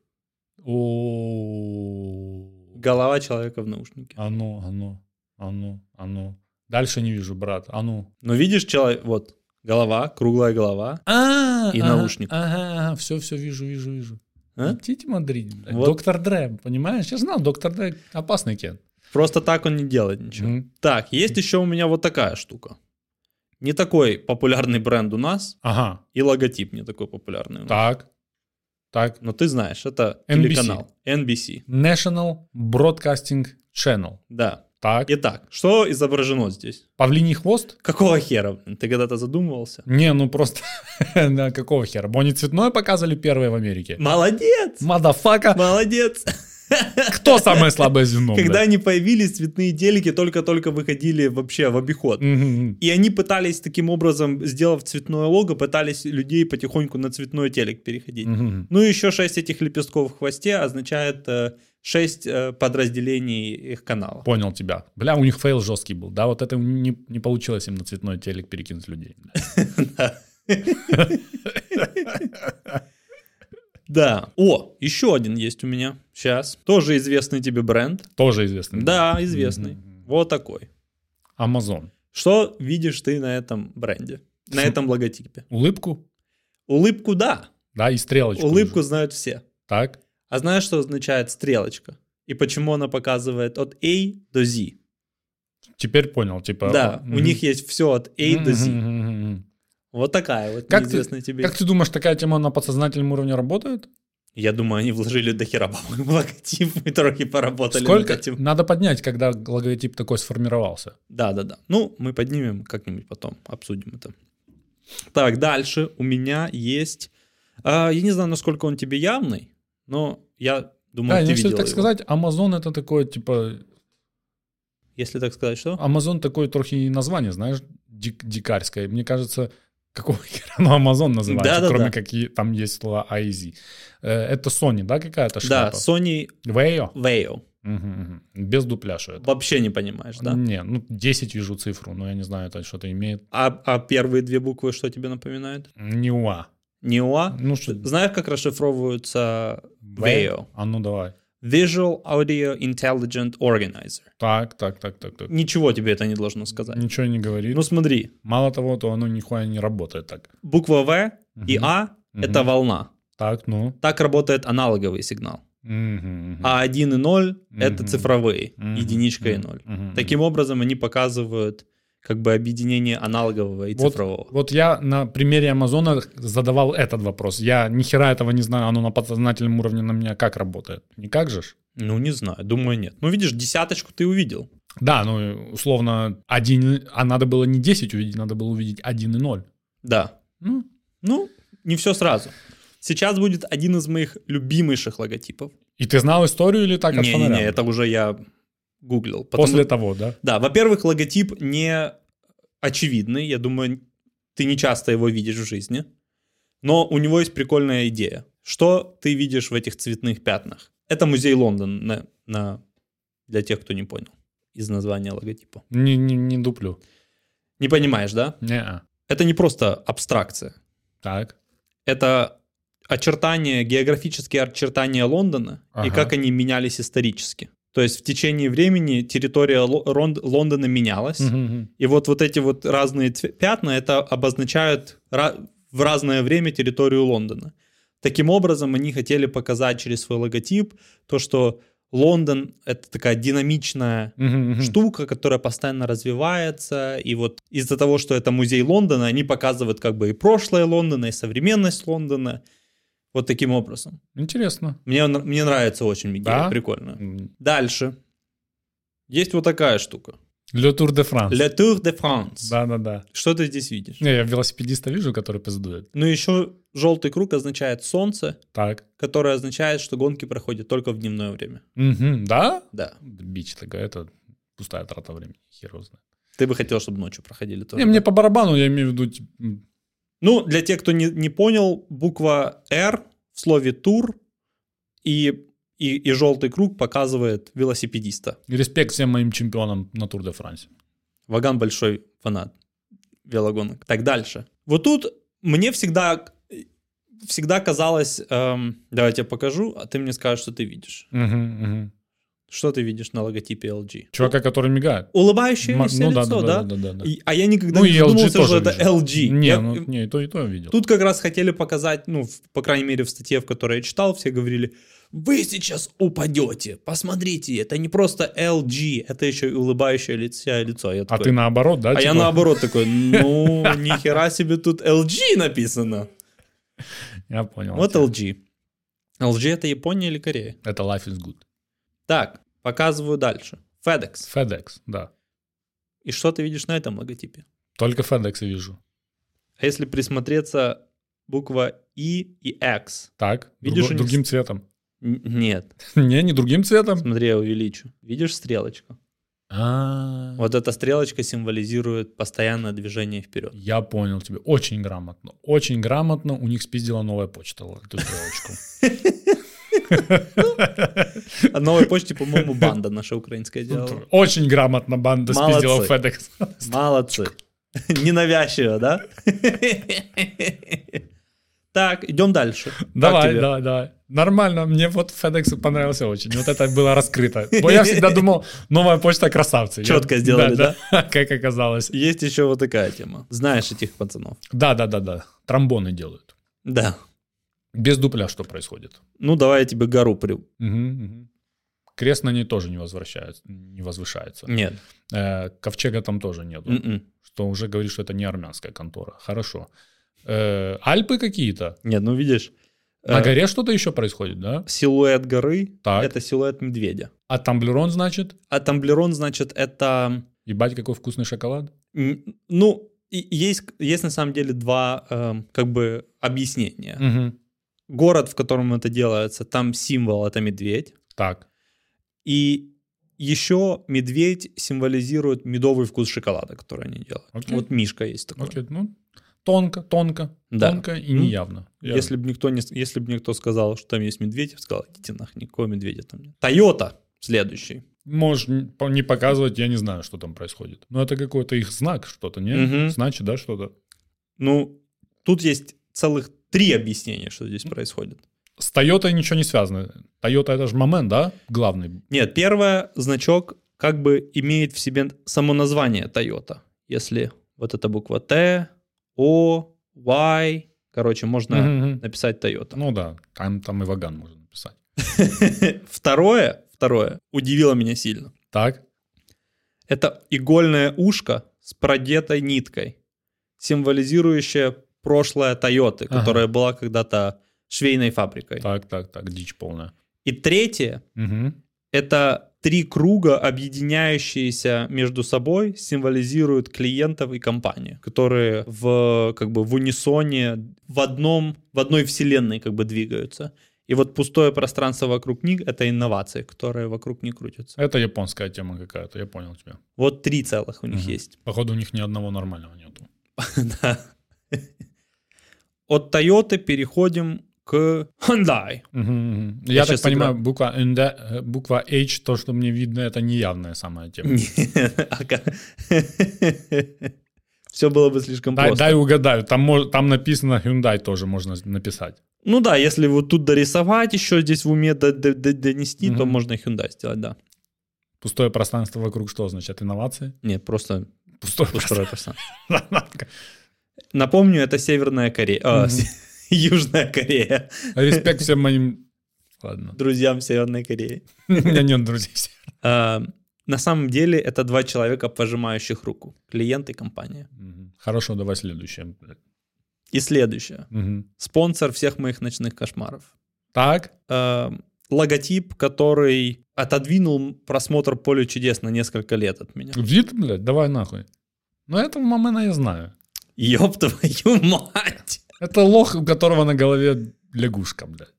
Speaker 1: О,
Speaker 2: Голова человека в наушнике.
Speaker 1: Оно, оно. А ну, а ну. Дальше не вижу, брат. А ну.
Speaker 2: Но видишь, человек, вот, голова, круглая голова.
Speaker 1: А,
Speaker 2: И наушник.
Speaker 1: Ага, ага, все, все вижу, вижу, вижу.
Speaker 2: А?
Speaker 1: Идите Мадрид. блядь.
Speaker 2: Вот.
Speaker 1: Доктор Дре, понимаешь? Я знал, доктор Дре опасный кен.
Speaker 2: Просто так он не делает ничего.
Speaker 1: Мгм.
Speaker 2: Так, есть еще у меня вот такая штука. Не такой популярный бренд у нас,
Speaker 1: Ага,
Speaker 2: и логотип не такой популярный у нас.
Speaker 1: так. Так.
Speaker 2: Но ты знаешь, это
Speaker 1: NBC.
Speaker 2: телеканал. NBC.
Speaker 1: National Broadcasting Channel.
Speaker 2: Да.
Speaker 1: Так.
Speaker 2: Итак, что изображено здесь?
Speaker 1: Павлиний хвост?
Speaker 2: Какого хера? блин? Ты когда-то задумывался?
Speaker 1: Не, ну просто, да, какого хера? Бо они цветное показывали первое в Америке.
Speaker 2: Молодец!
Speaker 1: Мадафака.
Speaker 2: Молодец!
Speaker 1: Кто самое слабое звено?
Speaker 2: Когда
Speaker 1: блядь?
Speaker 2: они появились, цветные телеки только-только выходили вообще в обиход.
Speaker 1: Мгм.
Speaker 2: И они пытались таким образом, сделав цветное лого, пытались людей потихоньку на цветной телек переходить.
Speaker 1: Мгм.
Speaker 2: Ну и еще шесть этих лепестков в хвосте означает э, шесть э, подразделений их канала.
Speaker 1: Понял тебя. Бля, у них фейл жесткий был. Да, вот это не, не получилось им на цветной телек перекинуть людей.
Speaker 2: Да. О, еще один есть у меня. Сейчас. Тоже известный тебе бренд.
Speaker 1: Тоже известный.
Speaker 2: Да, известный.
Speaker 1: Мгм.
Speaker 2: Вот такой.
Speaker 1: Амазон.
Speaker 2: Что видишь ты на этом бренде? На
Speaker 1: Фу.
Speaker 2: этом логотипе?
Speaker 1: Улыбку,
Speaker 2: Улыбку, да.
Speaker 1: да, и стрелочку.
Speaker 2: Улыбку
Speaker 1: уже.
Speaker 2: знают все.
Speaker 1: Так.
Speaker 2: А знаешь, что означает стрелочка? И почему она показывает от A до Z?
Speaker 1: Теперь понял, типа.
Speaker 2: Да,
Speaker 1: мгм.
Speaker 2: у них есть все от A до Z.
Speaker 1: Мгм, мгм, мгм.
Speaker 2: Вот такая вот
Speaker 1: Как ты-
Speaker 2: неизвестная тебе.
Speaker 1: Как ты думаешь, такая тема на подсознательном уровне работает?
Speaker 2: Я думаю, они вложили до хера бабок в логотип и трохи поработали
Speaker 1: Сколько?
Speaker 2: над этим.
Speaker 1: Надо поднять, когда логотип такой сформировался.
Speaker 2: Да, да, да. Ну, мы поднимем как-нибудь потом, обсудим это. Так, дальше у меня есть... а, я не знаю, насколько он тебе явный, но я думаю,
Speaker 1: да,
Speaker 2: ты
Speaker 1: если
Speaker 2: видела
Speaker 1: так
Speaker 2: его.
Speaker 1: сказать, Амазон это такое, типа,
Speaker 2: Если так сказать, что?
Speaker 1: Амазон такое трохи и название, знаешь, дик- дикарское. Мне кажется, какого хера оно Амазон называется,
Speaker 2: Да-да-да.
Speaker 1: кроме как и- там есть слова AIZ. Это Sony, да, какая-то
Speaker 2: да,
Speaker 1: шляпа?
Speaker 2: Sony
Speaker 1: Вэйо?
Speaker 2: Veil.
Speaker 1: Мгм, мгм. Без дупляша это.
Speaker 2: Вообще не понимаешь, да?
Speaker 1: Не, ну 10 вижу цифру, но я не знаю, это что-то имеет.
Speaker 2: А, а первые две буквы что тебе напоминают?
Speaker 1: Неуа.
Speaker 2: НИОА.
Speaker 1: Ну что?
Speaker 2: Знаешь, как расшифровываются Veil?
Speaker 1: Вэйо. А ну давай.
Speaker 2: Visual Audio Intelligent Organizer.
Speaker 1: Так, так, так, так, так.
Speaker 2: Ничего тебе это не должно сказать.
Speaker 1: Ничего не говорит.
Speaker 2: Ну смотри,
Speaker 1: Мало того, то оно нихуя не работает так.
Speaker 2: буква В и
Speaker 1: Мгм.
Speaker 2: А
Speaker 1: Мгм.
Speaker 2: это волна.
Speaker 1: Так, ну.
Speaker 2: Так работает аналоговый сигнал.
Speaker 1: Мгм, мгм.
Speaker 2: А 1 и 0 это
Speaker 1: Мгм.
Speaker 2: цифровые,
Speaker 1: Мгм,
Speaker 2: единичка и
Speaker 1: мгм,
Speaker 2: 0.
Speaker 1: мгм, мгм.
Speaker 2: Таким образом они показывают как бы объединение аналогового и
Speaker 1: Вот-
Speaker 2: цифрового.
Speaker 1: Вот я на примере Амазона задавал этот вопрос. Я ни хера этого не знаю, оно на подсознательном уровне на меня как работает? Никак же ж?
Speaker 2: Ну не знаю, думаю нет. Ну видишь, десяточку ты увидел.
Speaker 1: Да, ну, условно, один, а надо было не 10 увидеть, надо было увидеть 1 и 0.
Speaker 2: Да.
Speaker 1: Ну,
Speaker 2: Ну, не все сразу. Сейчас будет один из моих любимейших логотипов.
Speaker 1: и ты знал историю или так от
Speaker 2: Не-не-не,
Speaker 1: фонаря?
Speaker 2: это уже я гуглил. потому-
Speaker 1: После того, да?
Speaker 2: Да, во-первых, логотип не очевидный. Я думаю, ты не часто его видишь в жизни. Но у него есть прикольная идея. Что ты видишь в этих цветных пятнах? Это музей Лондон, на, на- для тех, кто не понял, из названия логотипа.
Speaker 1: Не, не, не дуплю.
Speaker 2: Не понимаешь, да?
Speaker 1: Не,
Speaker 2: Это не просто абстракция.
Speaker 1: так.
Speaker 2: Это очертания, географические очертания Лондона и
Speaker 1: Ага.
Speaker 2: как они менялись исторически. То есть в течение времени территория Ло- Рон- Лондона менялась.
Speaker 1: Мгм, мгм.
Speaker 2: И вот вот эти вот разные цве- пятна, это обозначают ра- в разное время территорию Лондона. Таким образом, они хотели показать через свой логотип то, что Лондон — это такая динамичная
Speaker 1: Мгм, мгм.
Speaker 2: штука, которая постоянно развивается. И вот из-за того, что это музей Лондона, они показывают как бы и прошлое Лондона, и современность Лондона. Вот таким образом.
Speaker 1: Интересно.
Speaker 2: Мне, он- мне нравится очень идея,
Speaker 1: Да?
Speaker 2: прикольно.
Speaker 1: М,
Speaker 2: Дальше. Есть вот такая штука.
Speaker 1: Le Tour de France.
Speaker 2: Le Tour de France.
Speaker 1: Да-да-да.
Speaker 2: Что ты здесь видишь?
Speaker 1: Не, я велосипедиста вижу, который пиздует.
Speaker 2: Ну еще желтый круг означает солнце,
Speaker 1: Так.
Speaker 2: которое означает, что гонки проходят только в дневное время.
Speaker 1: Мгм, Да?
Speaker 2: Да.
Speaker 1: Бич такая, это пустая трата времени. Хер его знает.
Speaker 2: Ты бы хотел, чтобы ночью проходили тоже.
Speaker 1: Не, мне по барабану, я имею в виду, тип, м,
Speaker 2: Ну, для тех, кто не, не понял, буква R в слове тур и, и, и желтый круг показывает велосипедиста.
Speaker 1: респект всем моим чемпионам на Тур де Франсе.
Speaker 2: Ваган большой фанат велогонок. Так дальше. Вот тут мне всегда, всегда казалось, эм, давайте я тебе покажу, а ты мне скажешь, что ты видишь. Что ты видишь на логотипе LG?
Speaker 1: Чувака, который мигает.
Speaker 2: улыбающееся
Speaker 1: М- ну да,
Speaker 2: лицо,
Speaker 1: да, да,
Speaker 2: да?
Speaker 1: да, да, да.
Speaker 2: И- а я никогда
Speaker 1: Ну
Speaker 2: не
Speaker 1: и LG
Speaker 2: задумывался,
Speaker 1: тоже
Speaker 2: что это
Speaker 1: вижу.
Speaker 2: LG.
Speaker 1: Не,
Speaker 2: Я-
Speaker 1: ну, не, и то, и то видел.
Speaker 2: Тут как раз хотели показать, ну, в- по крайней мере, в статье, в которой я читал, все говорили, вы сейчас упадете, посмотрите, это не просто LG, это еще и улыбающее лицо. лицо». Я
Speaker 1: а
Speaker 2: такой,
Speaker 1: ты наоборот, да?
Speaker 2: а я
Speaker 1: типа?
Speaker 2: наоборот такой, ну, нихера себе тут LG написано.
Speaker 1: Я понял.
Speaker 2: Вот
Speaker 1: тебя.
Speaker 2: LG. LG это Япония или Корея?
Speaker 1: Это Life is Good.
Speaker 2: Так, показываю дальше. FedEx.
Speaker 1: FedEx, да.
Speaker 2: И что ты видишь на этом логотипе?
Speaker 1: Только FedEx я вижу.
Speaker 2: А если присмотреться, буква И и X.
Speaker 1: Так,
Speaker 2: Видишь,
Speaker 1: друго-
Speaker 2: у них
Speaker 1: другим цветом.
Speaker 2: Н- Нет,
Speaker 1: Не, не другим цветом.
Speaker 2: смотри, я увеличу. Видишь стрелочку?
Speaker 1: А,
Speaker 2: Вот эта стрелочка символизирует постоянное движение вперед.
Speaker 1: Я понял тебя. Очень грамотно. Очень грамотно у них спиздила новая почта л- эту стрелочку.
Speaker 2: А новой почте, по-моему, банда наша украинская делала.
Speaker 1: Очень грамотно банда спиздила
Speaker 2: Молодцы.
Speaker 1: FedEx.
Speaker 2: Молодцы. Ненавязчиво, да? Так, идем дальше. Как
Speaker 1: Давай,
Speaker 2: тебе?
Speaker 1: да, да. Нормально, мне вот FedEx понравился очень. Вот это было раскрыто. Бо я всегда думал, новая почта красавцы. Я-
Speaker 2: Чётко сделали,
Speaker 1: Как оказалось.
Speaker 2: Есть еще вот такая тема. Знаешь этих пацанов?
Speaker 1: Да, да, да, да. Тромбоны делают.
Speaker 2: Да.
Speaker 1: Без дупля что происходит?
Speaker 2: Ну, давай я тебе гору при...
Speaker 1: Мгм, мгм. Крест на ней тоже не возвращается, не возвышается.
Speaker 2: Нет.
Speaker 1: Э, Ковчега там тоже нету.
Speaker 2: м-м.
Speaker 1: что уже говорит, что это не армянская контора. Хорошо. Э, Альпы какие-то.
Speaker 2: Нет, ну видишь. э,
Speaker 1: На горе что-то еще происходит, да?
Speaker 2: Силуэт горы
Speaker 1: Так.
Speaker 2: это силуэт медведя.
Speaker 1: А тамблерон, значит?
Speaker 2: А тамблерон, значит, это...
Speaker 1: Ебать, какой вкусный шоколад.
Speaker 2: м, Ну, и- есть, есть на самом деле два эм, как бы объяснения.
Speaker 1: Мгм.
Speaker 2: Город, в котором это делается, там символ это медведь.
Speaker 1: Так.
Speaker 2: И еще медведь символизирует медовый вкус шоколада, который они делают.
Speaker 1: Окей.
Speaker 2: Вот мишка есть такой.
Speaker 1: Окей, ну, тонко, тонко,
Speaker 2: Да.
Speaker 1: тонко и
Speaker 2: Ну,
Speaker 1: неявно. Явно.
Speaker 2: Если бы никто не, с- если бы никто сказал, что там есть медведь, я бы сказал, идите нах, никакого медведя там нет. Тойота следующий.
Speaker 1: Можешь н- по- не показывать, я не знаю, что там происходит. Но это какой-то их знак что-то, не?
Speaker 2: Мгм.
Speaker 1: Значит, да, что-то.
Speaker 2: Ну, тут есть целых три объяснения, что здесь происходит.
Speaker 1: С Тойотой ничего не связано. Тойота это же момент, да? Главный.
Speaker 2: Нет, первое, значок как бы имеет в себе само название Toyota. Если вот эта буква Т, О, Y, короче, можно
Speaker 1: Мгм, мгм.
Speaker 2: написать Toyota.
Speaker 1: Ну да, там, там и ваган можно написать.
Speaker 2: Второе, второе, удивило меня сильно.
Speaker 1: Так,
Speaker 2: Это игольное ушко с продетой ниткой, символизирующее прошлое Тойоты,
Speaker 1: Ага.
Speaker 2: которая была когда-то швейной фабрикой.
Speaker 1: так, так, так, дичь полная.
Speaker 2: И третье,
Speaker 1: Мгм.
Speaker 2: это три круга, объединяющиеся между собой, символизируют клиентов и компании, которые в как бы в унисоне в одном в одной вселенной как бы двигаются. И вот пустое пространство вокруг них это инновации, которые вокруг них крутятся.
Speaker 1: Это японская тема какая-то, я понял тебя.
Speaker 2: Вот три целых у них
Speaker 1: Мгм.
Speaker 2: есть.
Speaker 1: Походу, у них ни одного нормального нету.
Speaker 2: Да. От Toyota переходим к Hyundai.
Speaker 1: Я, так
Speaker 2: щас
Speaker 1: понимаю,
Speaker 2: играю.
Speaker 1: буква, ND, э, буква H, то, что мне видно, это неявная самая тема.
Speaker 2: Все было бы слишком
Speaker 1: Дай,
Speaker 2: просто.
Speaker 1: дай угадаю, там, мож- там написано Hyundai тоже можно написать.
Speaker 2: Ну да, если вот тут дорисовать еще, здесь в уме до- до- до- донести, то
Speaker 1: Мгм.
Speaker 2: можно и Hyundai сделать, да.
Speaker 1: Пустое пространство вокруг что означает? Инновации?
Speaker 2: Нет, просто
Speaker 1: Пустое
Speaker 2: пустое пространство.
Speaker 1: пространство.
Speaker 2: Напомню, это Северная Корея. а,
Speaker 1: Мгм.
Speaker 2: с- Южная Корея.
Speaker 1: Респект всем моим... Ладно.
Speaker 2: Друзьям Северной Кореи.
Speaker 1: У меня нет друзей.
Speaker 2: А, На самом деле это два человека, пожимающих руку. Клиент и компания.
Speaker 1: Мгм. Хорошо, давай следующее.
Speaker 2: И следующее.
Speaker 1: Мгм.
Speaker 2: Спонсор всех моих ночных кошмаров.
Speaker 1: Так,
Speaker 2: э, логотип, который отодвинул просмотр «Поле чудес» на несколько лет от меня.
Speaker 1: вид, блядь, давай нахуй. Но этого момента я знаю.
Speaker 2: Ёб твою мать!
Speaker 1: Это лох, у которого на голове лягушка, блядь.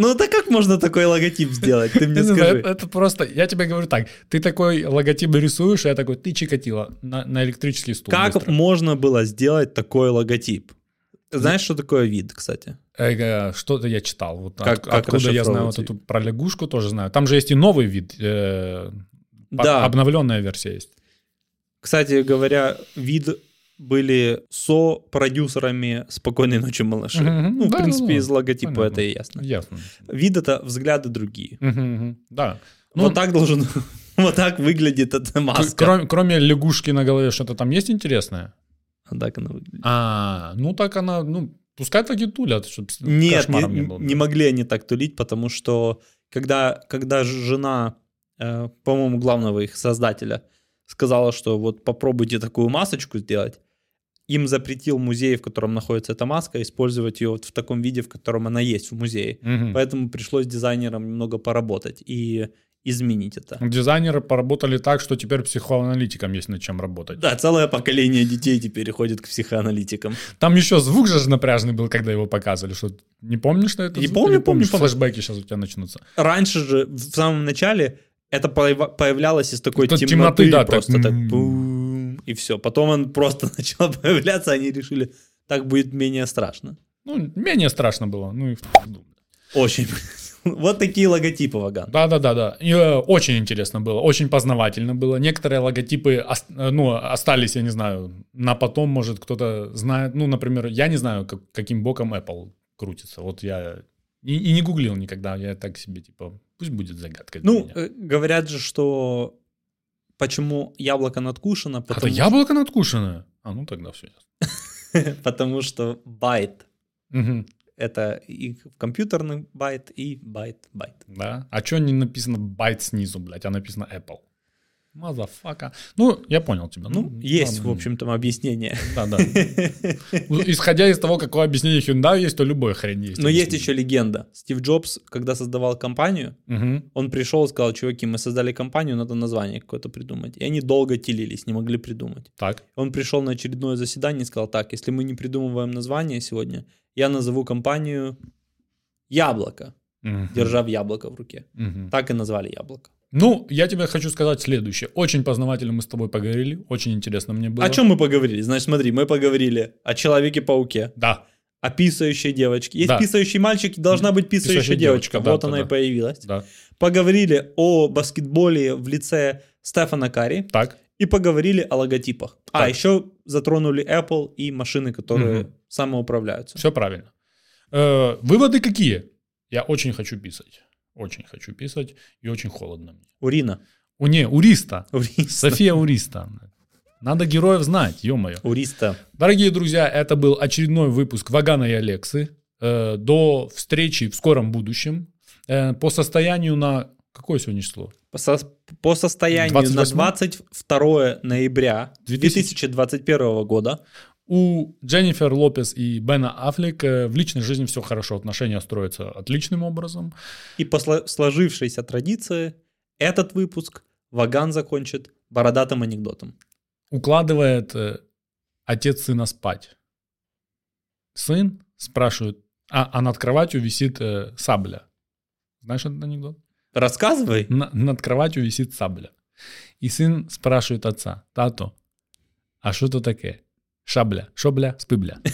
Speaker 2: Ну да как можно такой логотип сделать? Ты мне
Speaker 1: Я не знаю, это,
Speaker 2: скажи.
Speaker 1: это просто, я тебе говорю так, ты такой логотип рисуешь, а я такой, ты чикатила на, на электрический стул.
Speaker 2: Как
Speaker 1: быстро.
Speaker 2: можно было сделать такой логотип? Знаешь, что такое вид, кстати?
Speaker 1: Э, э, Что-то я читал, вот
Speaker 2: Как-
Speaker 1: от-
Speaker 2: как
Speaker 1: откуда я знаю вот
Speaker 2: расшифровывается?
Speaker 1: эту про лягушку тоже знаю. Там же есть и новый вид, э, по-
Speaker 2: Да.
Speaker 1: обновленная версия есть.
Speaker 2: Кстати говоря, вид были со-продюсерами «Спокойной ночи, малыши».
Speaker 1: Мгм,
Speaker 2: Ну, в
Speaker 1: да, да,
Speaker 2: принципе,
Speaker 1: да.
Speaker 2: из логотипа
Speaker 1: Понятно.
Speaker 2: это и ясно.
Speaker 1: Ясно.
Speaker 2: Вид — это взгляды другие.
Speaker 1: Мгм, мгм. Да. Ну,
Speaker 2: вот так должен... Вот так выглядит эта маска.
Speaker 1: Кроме, кроме лягушки на голове, что-то там есть интересное?
Speaker 2: Вот так она выглядит.
Speaker 1: А, ну так она, ну, пускай так и тулят, чтобы
Speaker 2: Нет, не,
Speaker 1: кошмаром не, было.
Speaker 2: не могли они так тулить, потому что когда, когда ж- жена, э, по-моему, главного их создателя сказала, что вот попробуйте такую масочку сделать, им запретил музей, в котором находится эта маска, использовать ее вот в таком виде, в котором она есть в музее.
Speaker 1: Мгм.
Speaker 2: Поэтому пришлось дизайнерам немного поработать и изменить это.
Speaker 1: Дизайнеры поработали так, что теперь психоаналитикам есть над чем работать.
Speaker 2: Да, целое поколение детей теперь ходит к психоаналитикам.
Speaker 1: Там еще звук же ж напряжный был, когда его показывали. Что не помнишь, что это?
Speaker 2: Не
Speaker 1: звук?
Speaker 2: помню,
Speaker 1: Или
Speaker 2: помню,
Speaker 1: помнишь?
Speaker 2: помню.
Speaker 1: Флешбеки сейчас у тебя начнутся.
Speaker 2: раньше же, в самом начале, это поява- появлялось из такой
Speaker 1: Это
Speaker 2: темноты,
Speaker 1: темноты, да, так,
Speaker 2: просто так,
Speaker 1: м.
Speaker 2: бум, и все. Потом он просто начал появляться, они решили, так будет менее страшно.
Speaker 1: Ну, менее страшно было. Ну и в пизду.
Speaker 2: Очень. Вот такие логотипы, Ваган.
Speaker 1: Да, да, да, да. И, э, очень интересно было, очень познавательно было. Некоторые логотипы ос- э, ну, остались, я не знаю, на потом, может, кто-то знает. Ну, например, я не знаю, как- каким боком Apple крутится. Вот я и, и не гуглил никогда. Я так себе, типа, пусть будет загадкой. для
Speaker 2: Ну,
Speaker 1: меня.
Speaker 2: э, говорят же, что почему яблоко надкушено,
Speaker 1: это
Speaker 2: потому,
Speaker 1: А яблоко надкушенное. А, ну тогда все.
Speaker 2: потому что байт. Это и компьютерный байт, и байт, байт.
Speaker 1: Да. А что не написано байт снизу, блядь, а написано Apple? Мазафака. Ну, я понял тебя.
Speaker 2: Ну, есть,
Speaker 1: ладно.
Speaker 2: в общем-то, объяснение.
Speaker 1: Да, да. Ну, Исходя из того, какое объяснение Hyundai есть, то любой хрень есть.
Speaker 2: Но есть еще легенда. Стив Джобс, когда создавал компанию,
Speaker 1: Мгм.
Speaker 2: он пришел и сказал, чуваки, мы создали компанию, надо название какое-то придумать. И они долго телились, не могли придумать.
Speaker 1: Так.
Speaker 2: Он пришел на очередное заседание и сказал, так, если мы не придумываем название сегодня, я назову компанию «Яблоко»,
Speaker 1: Мгм.
Speaker 2: держав яблоко в руке.
Speaker 1: Мгм.
Speaker 2: Так и назвали яблоко.
Speaker 1: Ну, я тебе хочу сказать следующее. Очень познавательно мы с тобой поговорили. Очень интересно мне было.
Speaker 2: О чем мы поговорили? Значит, смотри, мы поговорили о Человеке-пауке,
Speaker 1: Да.
Speaker 2: о писающей девочке. Есть
Speaker 1: Да.
Speaker 2: писающий мальчик, и должна быть писающая,
Speaker 1: Писающая
Speaker 2: девочка.
Speaker 1: девочка, да,
Speaker 2: вот
Speaker 1: да,
Speaker 2: она
Speaker 1: да.
Speaker 2: и появилась.
Speaker 1: Да.
Speaker 2: Поговорили о баскетболе в лице Стефана Карри.
Speaker 1: Так.
Speaker 2: и поговорили о логотипах. А,
Speaker 1: Так.
Speaker 2: еще затронули Apple и машины, которые
Speaker 1: Мгм.
Speaker 2: самоуправляются.
Speaker 1: Все правильно. Э, Выводы какие? Я очень хочу писать. Очень хочу писать. И очень холодно мне.
Speaker 2: Урина.
Speaker 1: О, не, Уриста.
Speaker 2: Уриста.
Speaker 1: София Уриста. Надо героев знать, ё-моё.
Speaker 2: Уриста.
Speaker 1: Дорогие друзья, это был очередной выпуск Вагана и Алексы. Э, До встречи в скором будущем. Э, По состоянию на... Какое сегодня число?
Speaker 2: По, со- по состоянию
Speaker 1: 28?
Speaker 2: на 22 ноября 2021 года
Speaker 1: У Дженнифер Лопес и Бена Аффлек э, в личной жизни все хорошо. Отношения строятся отличным образом.
Speaker 2: и по сло- сложившейся традиции этот выпуск Ваган закончит бородатым анекдотом.
Speaker 1: Укладывает э, отец сына спать. Сын спрашивает... А, а над кроватью висит э, сабля. Знаешь этот анекдот?
Speaker 2: Рассказывай.
Speaker 1: На- над кроватью висит сабля. И сын спрашивает отца, тато, а что это такое? Шабля, шобля, спыбля.